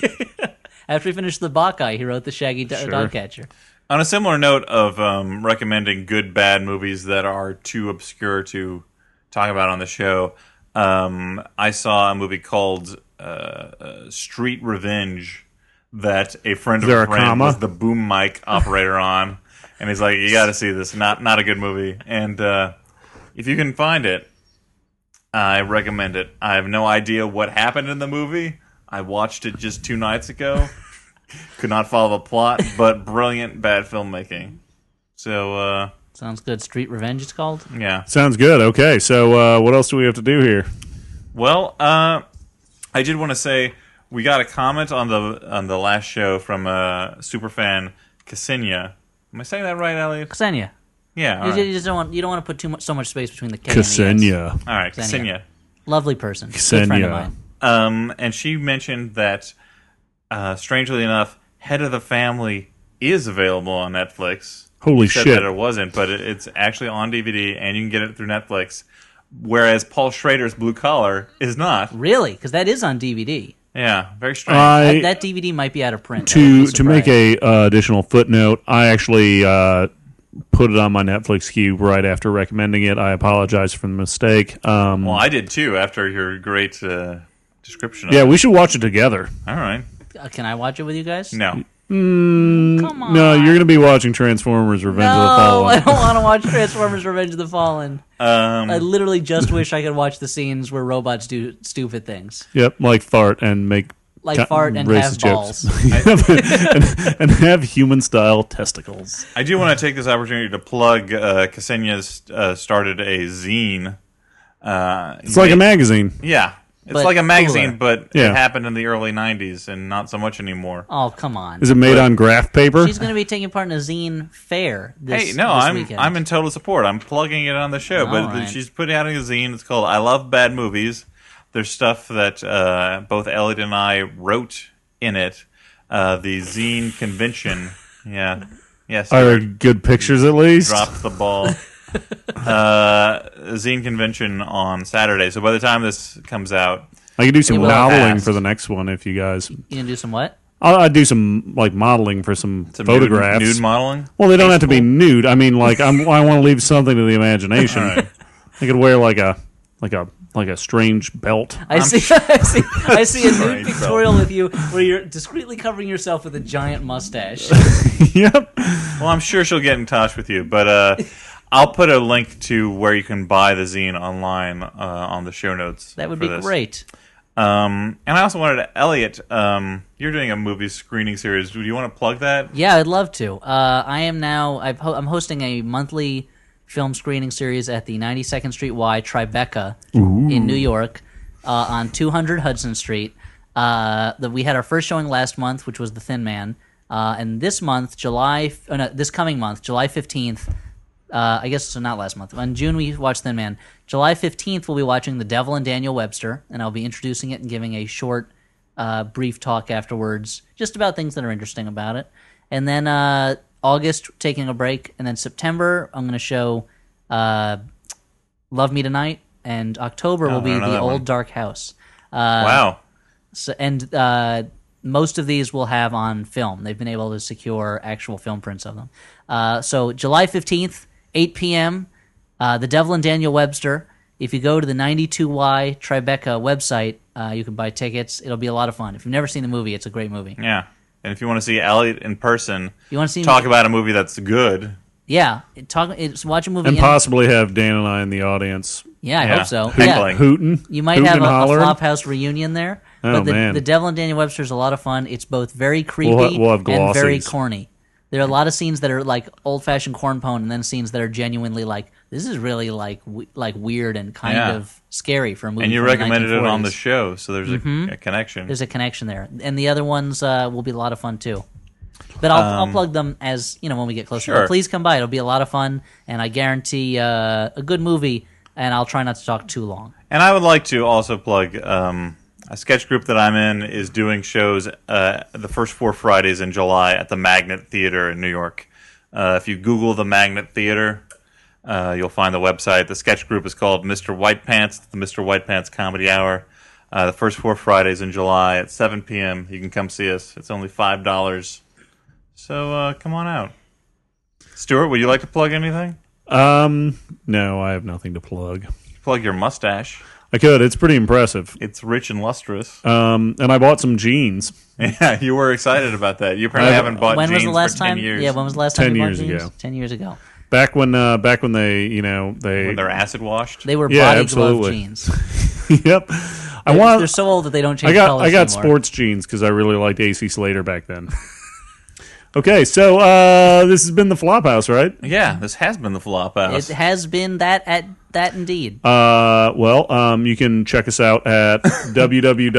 [SPEAKER 3] After he finished the Bacchae, he wrote the Shaggy Do-
[SPEAKER 2] Sure.
[SPEAKER 3] Dogcatcher.
[SPEAKER 1] On a similar note of um, recommending good bad movies that are too obscure to talk about on the show, um, I saw a movie called uh, uh, Street Revenge that a friend of
[SPEAKER 2] there
[SPEAKER 1] a
[SPEAKER 2] a
[SPEAKER 1] friend
[SPEAKER 2] comma?
[SPEAKER 1] was the boom mic operator on, and he's like, "You got to see this. Not not a good movie." And uh, if you can find it, I recommend it. I have no idea what happened in the movie. I watched it just two nights ago. Could not follow the plot, but brilliant bad filmmaking. So uh,
[SPEAKER 3] Sounds good. Street Revenge, it's called.
[SPEAKER 1] yeah.
[SPEAKER 2] Sounds good. Okay. So uh, what else do we have to do here?
[SPEAKER 3] Oh,
[SPEAKER 1] Well, uh, I did want to say we got a comment on the on the last show from uh, superfan Ksenia. Am I saying that right, Elliot?
[SPEAKER 3] Ksenia.
[SPEAKER 1] Yeah. All
[SPEAKER 3] You,
[SPEAKER 1] right,
[SPEAKER 3] you just don't want you don't want to put too much so much space between the K and the S.
[SPEAKER 2] Ksenia.
[SPEAKER 1] all right
[SPEAKER 3] Ksenia.
[SPEAKER 1] Ksenia.
[SPEAKER 3] Lovely person. Good friend of
[SPEAKER 2] Ksenia.
[SPEAKER 3] mine.
[SPEAKER 1] Um, and she mentioned that, uh, strangely enough, Head of the Family is available on Netflix.
[SPEAKER 2] Holy
[SPEAKER 1] She said
[SPEAKER 2] shit.
[SPEAKER 1] That it wasn't, but it, it's actually on DVD and you can get it through Netflix. Whereas Paul Schrader's Blue Collar is not.
[SPEAKER 3] Really? Because that is on DVD.
[SPEAKER 1] Yeah, very strange.
[SPEAKER 2] I
[SPEAKER 3] That, that DVD might be out of print. That would
[SPEAKER 2] to
[SPEAKER 3] be
[SPEAKER 2] to make
[SPEAKER 3] surprising.
[SPEAKER 2] a uh, additional footnote, I actually uh, put it on my Netflix queue right after recommending it. I apologize for the mistake. Um,
[SPEAKER 1] well, I did too after your great uh, description. Of
[SPEAKER 2] yeah,
[SPEAKER 1] It.
[SPEAKER 2] we should watch it together.
[SPEAKER 1] All right.
[SPEAKER 3] Uh, can I watch it with you guys?
[SPEAKER 1] No.
[SPEAKER 3] Come on.
[SPEAKER 2] No, you're going to be watching Transformers: Revenge of the
[SPEAKER 3] No, I
[SPEAKER 2] Fallen.
[SPEAKER 3] don't want to watch Transformers: Revenge of the Fallen.
[SPEAKER 1] Um,
[SPEAKER 3] I literally just wish I could watch the scenes where robots do stupid things,
[SPEAKER 2] Yep, like fart and make
[SPEAKER 3] like
[SPEAKER 2] Ca-
[SPEAKER 3] fart and have
[SPEAKER 2] racist jokes.
[SPEAKER 3] balls.
[SPEAKER 2] and, and have human style testicles.
[SPEAKER 1] I do want to take this opportunity to plug uh, Ksenia's uh, started a zine. Uh,
[SPEAKER 2] It's like a magazine.
[SPEAKER 1] Yeah. It's
[SPEAKER 3] But
[SPEAKER 1] like a magazine,
[SPEAKER 3] cooler.
[SPEAKER 1] but
[SPEAKER 2] Yeah.
[SPEAKER 1] it happened in the early 90s and not so much anymore.
[SPEAKER 3] Oh come on!
[SPEAKER 2] Is it made on graph paper?
[SPEAKER 3] She's going to be taking part in a zine fair. This,
[SPEAKER 1] Hey, no,
[SPEAKER 3] this
[SPEAKER 1] I'm
[SPEAKER 3] weekend.
[SPEAKER 1] I'm in total support. I'm plugging it on the show, but
[SPEAKER 3] All right.
[SPEAKER 1] she's putting out a zine. It's called "I Love Bad Movies." There's stuff that uh, both Elliot and I wrote in it. Uh, the zine convention, yeah, yes,
[SPEAKER 2] Are there good pictures at least?
[SPEAKER 1] dropped the ball. uh, zine convention on Saturday. So by the time this comes out,
[SPEAKER 2] I could do some
[SPEAKER 3] will
[SPEAKER 2] modeling
[SPEAKER 1] pass.
[SPEAKER 2] for the next one if you guys.
[SPEAKER 3] You gonna do some what?
[SPEAKER 2] I'll, I'd do some like modeling for some,
[SPEAKER 1] some nude-
[SPEAKER 2] photographs.
[SPEAKER 1] nude, modeling.
[SPEAKER 2] well, they don't have to be nude. I mean, like I'm, I want to leave something to the imagination. I could wear like a like a like a strange belt.
[SPEAKER 3] I see, I see, I see a
[SPEAKER 1] sorry,
[SPEAKER 3] nude pictorial with you where you're discreetly covering yourself with a giant mustache.
[SPEAKER 2] yep.
[SPEAKER 1] Well, I'm sure she'll get in touch with you, but uh, I'll put a link to where you can buy the zine online uh, on the show notes.
[SPEAKER 3] That would
[SPEAKER 1] for
[SPEAKER 3] be
[SPEAKER 1] this.
[SPEAKER 3] great.
[SPEAKER 1] Um, and I also wanted to, Elliot, um, you're doing a movie screening series. Do you want to plug that?
[SPEAKER 3] Yeah, I'd love to. Uh, I am now. I've ho- I'm hosting a monthly film screening series at the 92nd Street Y Tribeca in New York uh, on 200 Hudson Street. Uh, the, we had our first showing last month, which was The Thin Man, uh, and this month, July, f- oh, no, this coming month, July 15th. Uh, I guess so. Not last month. On June we watched Thin Man. July 15th we'll be watching The Devil and Daniel Webster, and I'll be introducing it and giving a short uh, brief talk afterwards, just about things that are interesting about it. And then uh, August, taking a break. And then September, I'm going to show uh, Love Me Tonight. And October will be
[SPEAKER 1] I know
[SPEAKER 3] The
[SPEAKER 1] that
[SPEAKER 3] Old
[SPEAKER 1] one.
[SPEAKER 3] Dark House. Uh,
[SPEAKER 1] wow.
[SPEAKER 3] So, and uh, most of these will have on film. They've been able to secure actual film prints of them. Uh, so July 15th, 8 p.m., uh, The Devil and Daniel Webster. If you go to the 92Y Tribeca website, uh, you can buy tickets. It'll be a lot of fun. If you've never seen the movie, it's a great movie.
[SPEAKER 1] Yeah. And if you want to see Elliot in person,
[SPEAKER 3] You want to see me-
[SPEAKER 1] talk about a movie that's good.
[SPEAKER 3] Yeah, it- talk. It's watch a movie.
[SPEAKER 2] And
[SPEAKER 3] in-
[SPEAKER 2] possibly have Dan and I in the audience
[SPEAKER 3] yeah, I
[SPEAKER 1] Yeah.
[SPEAKER 3] hope so.
[SPEAKER 1] Who-
[SPEAKER 3] Yeah,
[SPEAKER 1] like-
[SPEAKER 2] hooting.
[SPEAKER 3] you might
[SPEAKER 2] hooting
[SPEAKER 3] have a,
[SPEAKER 2] and
[SPEAKER 3] a
[SPEAKER 2] hollering.
[SPEAKER 3] flophouse reunion there.
[SPEAKER 2] Oh,
[SPEAKER 3] but the,
[SPEAKER 2] man.
[SPEAKER 3] the Devil and Daniel Webster is a lot of fun. It's both very creepy
[SPEAKER 2] We'll ha- we'll have
[SPEAKER 3] and very
[SPEAKER 2] glossies.
[SPEAKER 3] corny. There are a lot of scenes that are like old fashioned corn pone, and then scenes that are genuinely like this is really like we- like weird and kind
[SPEAKER 1] Yeah.
[SPEAKER 3] of scary for a movie.
[SPEAKER 1] and you
[SPEAKER 3] from the
[SPEAKER 1] recommended it on the
[SPEAKER 3] 1940s.
[SPEAKER 1] show, so there's
[SPEAKER 3] Mm-hmm.
[SPEAKER 1] a, a connection.
[SPEAKER 3] There's a connection there, and the other ones uh, will be a lot of fun too. But I'll, I'll plug them as you know when we get closer. But
[SPEAKER 1] Um, Sure.
[SPEAKER 3] please come by; it'll be a lot of fun, and I guarantee uh, a good movie. And I'll try not to talk too long.
[SPEAKER 1] And I would like to also plug um, a sketch group that I'm in is doing shows uh, the first four Fridays in July at the Magnet Theater in New York. Uh, if you Google the Magnet Theater, uh, you'll find the website. The sketch group is called Mr. White Pants, the Mr. White Pants Comedy Hour. Uh, the first four Fridays in July at 7 p.m. You can come see us. It's only five dollars, so uh, come on out. Stuart, would you like to plug anything?
[SPEAKER 2] Um, no, I have nothing to plug.
[SPEAKER 1] Plug your mustache.
[SPEAKER 2] I could. It's pretty impressive.
[SPEAKER 1] It's rich and lustrous.
[SPEAKER 2] Um, and I bought some jeans
[SPEAKER 1] Yeah, you were excited about that. You probably
[SPEAKER 2] I've-
[SPEAKER 1] haven't bought
[SPEAKER 3] when
[SPEAKER 1] jeans
[SPEAKER 3] was the last
[SPEAKER 1] for
[SPEAKER 3] time?
[SPEAKER 1] ten years.
[SPEAKER 3] Yeah, when was the last
[SPEAKER 2] 10
[SPEAKER 3] time? you bought
[SPEAKER 2] years
[SPEAKER 3] jeans?
[SPEAKER 2] ago.
[SPEAKER 3] Ten years ago.
[SPEAKER 2] back when uh, back when they you know they
[SPEAKER 1] When they're acid washed.
[SPEAKER 3] They were
[SPEAKER 2] Yeah,
[SPEAKER 3] body
[SPEAKER 2] absolutely.
[SPEAKER 3] glove jeans.
[SPEAKER 2] yep. I want.
[SPEAKER 3] They're so old that they don't change
[SPEAKER 2] I got
[SPEAKER 3] colors
[SPEAKER 2] I got
[SPEAKER 3] anymore.
[SPEAKER 2] sports jeans because I really liked AC Slater back then. okay, so uh, this has been the Flophouse, right?
[SPEAKER 1] yeah, this has been the flop
[SPEAKER 3] It
[SPEAKER 1] house.
[SPEAKER 3] has been that at that indeed.
[SPEAKER 2] Uh, well, um, you can check us out at www.flophousepodcast.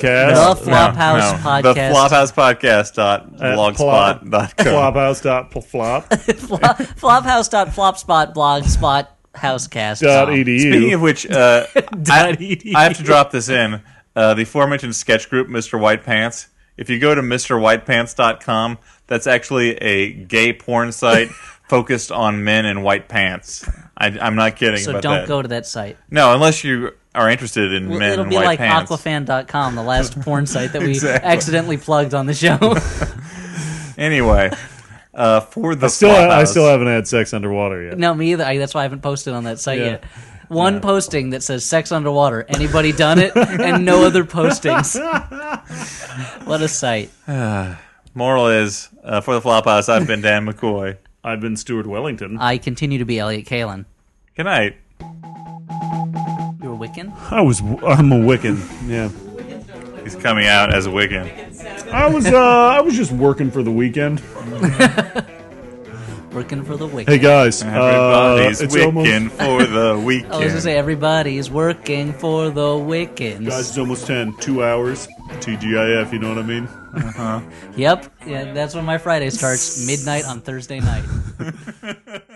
[SPEAKER 3] The Flophouse
[SPEAKER 1] The
[SPEAKER 3] Podcast.
[SPEAKER 1] Flophouse Podcast dot
[SPEAKER 2] at
[SPEAKER 1] blogspot dot com.
[SPEAKER 2] Flophouse.flop.
[SPEAKER 3] Flop, flophouse.flopspot.blogspot.housecast.com.
[SPEAKER 2] dot E edu.
[SPEAKER 1] Speaking of which, uh,
[SPEAKER 3] Dot E
[SPEAKER 1] I,
[SPEAKER 3] edu.
[SPEAKER 1] I have to drop this in. Uh, the aforementioned sketch group, Mr. White Pants. If you go to MrWhitePants.com, that's actually a gay porn site focused on men in white pants. I, I'm not kidding
[SPEAKER 3] so
[SPEAKER 1] E about
[SPEAKER 3] don't
[SPEAKER 1] that.
[SPEAKER 3] go to that site.
[SPEAKER 1] No, unless you are interested in men
[SPEAKER 3] It'll
[SPEAKER 1] in
[SPEAKER 3] be
[SPEAKER 1] white
[SPEAKER 3] like
[SPEAKER 1] pants.
[SPEAKER 3] aquafan.com, the last porn site that we
[SPEAKER 1] Exactly.
[SPEAKER 3] accidentally plugged on the show.
[SPEAKER 1] Anyway, uh, for the
[SPEAKER 2] I still,
[SPEAKER 1] flop
[SPEAKER 2] I
[SPEAKER 1] house,
[SPEAKER 2] still haven't had sex underwater yet.
[SPEAKER 3] no, me either. I, that's why I haven't posted on that site
[SPEAKER 2] Yeah.
[SPEAKER 3] yet. One posting that says sex underwater. Anybody done it? and no other postings. what a site.
[SPEAKER 1] Moral is uh, for the flop house. I've been Dan McCoy.
[SPEAKER 2] I've been Stuart Wellington.
[SPEAKER 3] I continue to be Elliot Kalin.
[SPEAKER 1] Good night.
[SPEAKER 3] You're Wiccan?
[SPEAKER 2] I was, I'm a Wiccan. Yeah,
[SPEAKER 1] He's coming out as a Wiccan.
[SPEAKER 2] I was, uh, I was just working for the weekend.
[SPEAKER 3] Working for the Wiccan.
[SPEAKER 2] Hey guys, uh,
[SPEAKER 1] Everybody's
[SPEAKER 2] it's
[SPEAKER 1] Wiccan
[SPEAKER 2] almost,
[SPEAKER 1] for the weekend.
[SPEAKER 3] I was gonna say everybody's working for the Wiccans.
[SPEAKER 2] guys, it's almost ten. Two hours, TGIF. You know what I mean?
[SPEAKER 3] Yep, yeah, that's when my Friday starts. midnight on Thursday night.